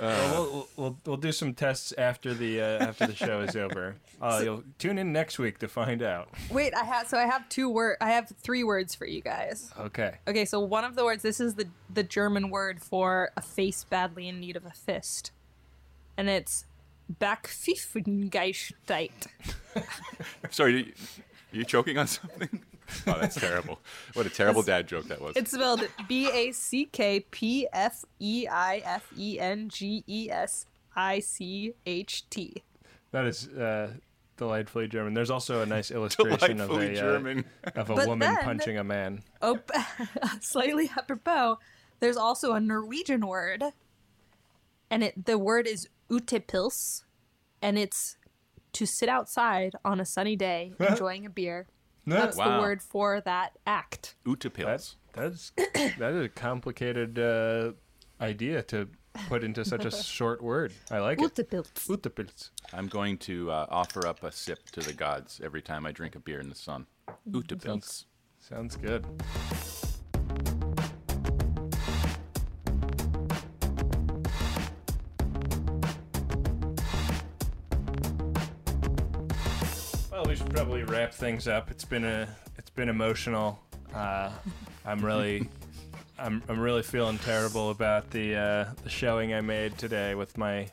[SPEAKER 2] well, we'll, we'll we'll do some tests after the uh, after the show is
[SPEAKER 3] *laughs*
[SPEAKER 2] over. Uh, you'll tune in next week to find out.
[SPEAKER 3] Wait, I have so I have two word I have three words for you guys.
[SPEAKER 2] Okay.
[SPEAKER 3] Okay, so one of the words this is the the German word for a face badly in need of a fist. And it's Backpfiffengeistheit.
[SPEAKER 1] Sorry, you, you choking on something? *laughs* Oh, that's terrible. What a terrible dad joke that was.
[SPEAKER 3] It's spelled *laughs* B A C K P F E I F E N G E S I C H T.
[SPEAKER 2] That is uh, delightfully German. There's also
[SPEAKER 1] *laughs*
[SPEAKER 2] a nice illustration of a
[SPEAKER 1] Delightfully
[SPEAKER 2] uh,
[SPEAKER 1] German.
[SPEAKER 2] of a
[SPEAKER 3] But
[SPEAKER 2] woman
[SPEAKER 3] then-
[SPEAKER 2] punching a man.
[SPEAKER 3] Oh, *laughs* slightly apropos, there's also a Norwegian word, and it the word is utepils, and it's to sit outside on a sunny day enjoying a beer. That's the
[SPEAKER 1] Wow.
[SPEAKER 3] word for that act.
[SPEAKER 1] Utapils.
[SPEAKER 2] That's that's that is a complicated uh, idea to put into such a short word. I like it.
[SPEAKER 3] Utepils.
[SPEAKER 2] Utapils.
[SPEAKER 1] I'm going to uh, offer up a sip to the gods every time I drink a beer in the sun. Utapils.
[SPEAKER 2] Sounds good. Well, we should probably wrap things up. It's been a it's been emotional. Uh, I'm really I'm I'm really feeling terrible about the uh, the showing I made today with my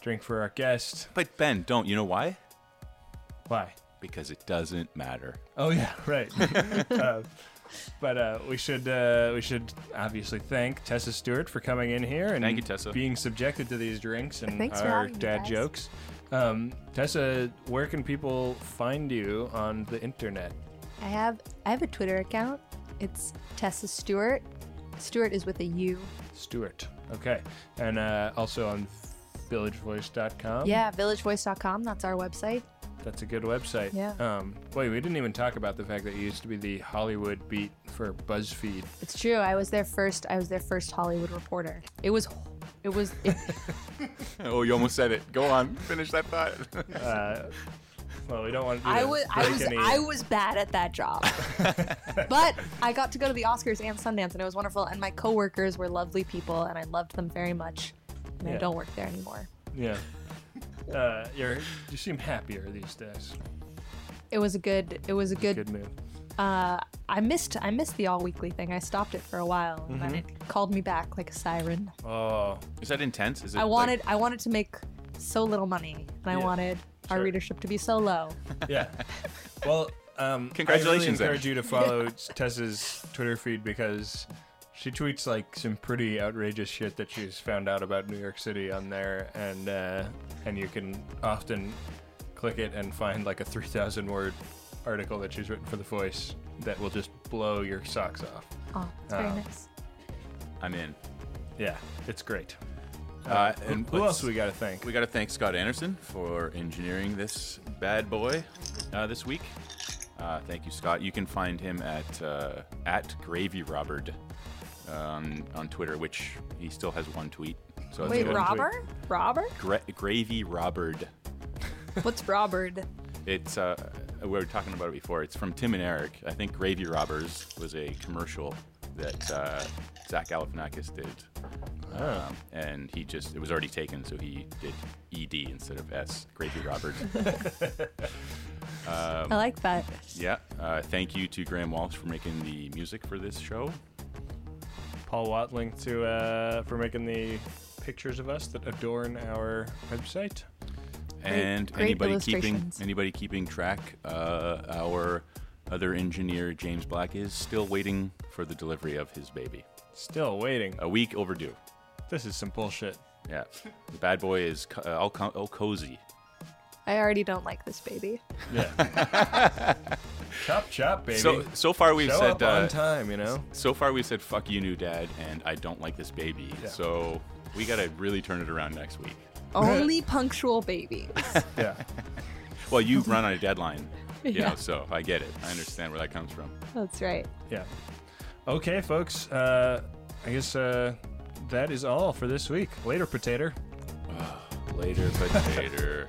[SPEAKER 2] drink for our guest.
[SPEAKER 1] But Ben, don't. You know why?
[SPEAKER 2] Why?
[SPEAKER 1] Because it doesn't matter.
[SPEAKER 2] Oh yeah, *laughs* right. uh, but uh, we should uh, we should obviously thank Tessa Stewart for coming in here and
[SPEAKER 1] Thank you, Tessa.
[SPEAKER 2] being subjected to these drinks and
[SPEAKER 3] Thanks for
[SPEAKER 2] our
[SPEAKER 3] having me,
[SPEAKER 2] dad
[SPEAKER 3] guys.
[SPEAKER 2] jokes. Um, Tessa, where can people find you on the internet?
[SPEAKER 3] I have I have a Twitter account. It's Tessa Stewart. Stewart is with a U.
[SPEAKER 2] Stewart. Okay, and uh, also on villagevoice.com.
[SPEAKER 3] Yeah, villagevoice.com. That's our website.
[SPEAKER 2] that's a good website.
[SPEAKER 3] Yeah.
[SPEAKER 2] Um, wait, we didn't even talk about the fact that you used to be the Hollywood beat for BuzzFeed.
[SPEAKER 3] It's true. I was their first. I was their first Hollywood reporter. It was, it was. It,
[SPEAKER 1] *laughs* Oh, you almost said it. Go on, finish that thought.
[SPEAKER 2] Uh, *laughs* well, we don't want you to
[SPEAKER 3] I was. I
[SPEAKER 2] break
[SPEAKER 3] was.
[SPEAKER 2] any-
[SPEAKER 3] I was bad at that job. but I got to go to the Oscars and Sundance, and it was wonderful. And my coworkers were lovely people, and I loved them very much. And
[SPEAKER 2] Yeah.
[SPEAKER 3] I don't work there anymore.
[SPEAKER 2] Yeah. Uh, you're, you seem happier these days.
[SPEAKER 3] It was a good. It was a good.
[SPEAKER 2] Good move.
[SPEAKER 3] uh, I missed. I missed the all weekly thing. I stopped it for a while, and then it called me back like a siren.
[SPEAKER 2] Oh,
[SPEAKER 1] *laughs* Is that intense? Is it
[SPEAKER 3] I
[SPEAKER 1] like-
[SPEAKER 3] wanted. I wanted to make so little money, and I
[SPEAKER 2] Yeah.
[SPEAKER 3] wanted our
[SPEAKER 2] Sure.
[SPEAKER 3] readership to be so low.
[SPEAKER 2] yeah. well, um, I really
[SPEAKER 1] Congratulations, then.
[SPEAKER 2] encourage you to follow Tessa's Twitter feed because she tweets like some pretty outrageous shit that she's found out about New York City on there, and uh, and you can often click it and find like a three thousand word article that she's written for The Voice that will just blow your socks off.
[SPEAKER 3] Oh, that's very
[SPEAKER 2] Oh.
[SPEAKER 3] nice.
[SPEAKER 1] I'm in.
[SPEAKER 2] Yeah, it's great.
[SPEAKER 1] Uh, and
[SPEAKER 2] Who
[SPEAKER 1] let's-
[SPEAKER 2] else we got to thank?
[SPEAKER 1] We got to thank Scott Anderson for engineering this bad boy uh, this week. Uh, thank you, Scott. You can find him at uh, at Gravy Robert um, on Twitter, which he still has one tweet. So that's
[SPEAKER 3] Wait,
[SPEAKER 1] good.
[SPEAKER 3] Robert? Robert?
[SPEAKER 1] Gra- Gravy Robert.
[SPEAKER 3] What's Robert?
[SPEAKER 1] It's uh, we were talking about it before. It's from Tim and Eric. I think Gravy Robbers was a commercial that uh, Zach Galifianakis did,
[SPEAKER 2] Oh.
[SPEAKER 1] um, and he just it was already taken, so he did ED instead of S. Gravy
[SPEAKER 3] *laughs*
[SPEAKER 1] Robbers.
[SPEAKER 3] I like that.
[SPEAKER 1] yeah. Uh, thank you to Graham Walsh for making the music for this show.
[SPEAKER 2] Paul Watling to uh, for making the pictures of us that adorn our website.
[SPEAKER 1] and
[SPEAKER 3] great
[SPEAKER 1] anybody keeping
[SPEAKER 3] illustrations.
[SPEAKER 1] anybody keeping track, uh, our other engineer James Black is still waiting for the delivery of his baby.
[SPEAKER 2] Still waiting. Oh,
[SPEAKER 1] A week overdue.
[SPEAKER 2] This is some bullshit.
[SPEAKER 1] Yeah, the bad boy is co- uh, all, co- all cozy.
[SPEAKER 3] I already don't like this baby.
[SPEAKER 2] Yeah. chop chop, baby.
[SPEAKER 1] So so far we've
[SPEAKER 2] Show
[SPEAKER 1] said
[SPEAKER 2] up on
[SPEAKER 1] uh,
[SPEAKER 2] time,
[SPEAKER 1] *laughs*
[SPEAKER 2] you know.
[SPEAKER 1] so far we've said fuck you, new dad, and I don't like this baby.
[SPEAKER 2] Yeah.
[SPEAKER 1] So we gotta really turn it around next week.
[SPEAKER 3] Only punctual babies.
[SPEAKER 2] Yeah.
[SPEAKER 1] Well,
[SPEAKER 2] *laughs*
[SPEAKER 1] you run on a deadline, you
[SPEAKER 3] Yeah.
[SPEAKER 1] know, so I get it. I understand where that comes from.
[SPEAKER 3] That's right.
[SPEAKER 2] Yeah. Okay, folks. Uh, I guess uh, that is all for this week. Later, potato.
[SPEAKER 1] Later, *laughs* potato.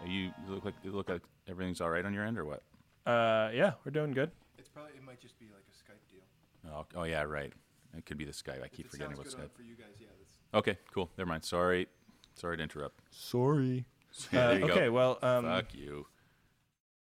[SPEAKER 1] Are you, you look like you look like everything's all right on your end, or what?
[SPEAKER 2] Uh, yeah, we're doing good.
[SPEAKER 4] It's probably it might just be like a Skype deal.
[SPEAKER 1] Oh, oh yeah, right. It could be the Skype. I keep
[SPEAKER 4] If it
[SPEAKER 1] forgetting
[SPEAKER 4] sounds
[SPEAKER 1] about
[SPEAKER 4] good
[SPEAKER 1] Skype.
[SPEAKER 4] on for you guys, yeah. That's,
[SPEAKER 1] Okay, cool. Never mind. Sorry, sorry to interrupt.
[SPEAKER 2] Sorry.
[SPEAKER 1] there you
[SPEAKER 2] okay,
[SPEAKER 1] go.
[SPEAKER 2] well, um,
[SPEAKER 1] Fuck you.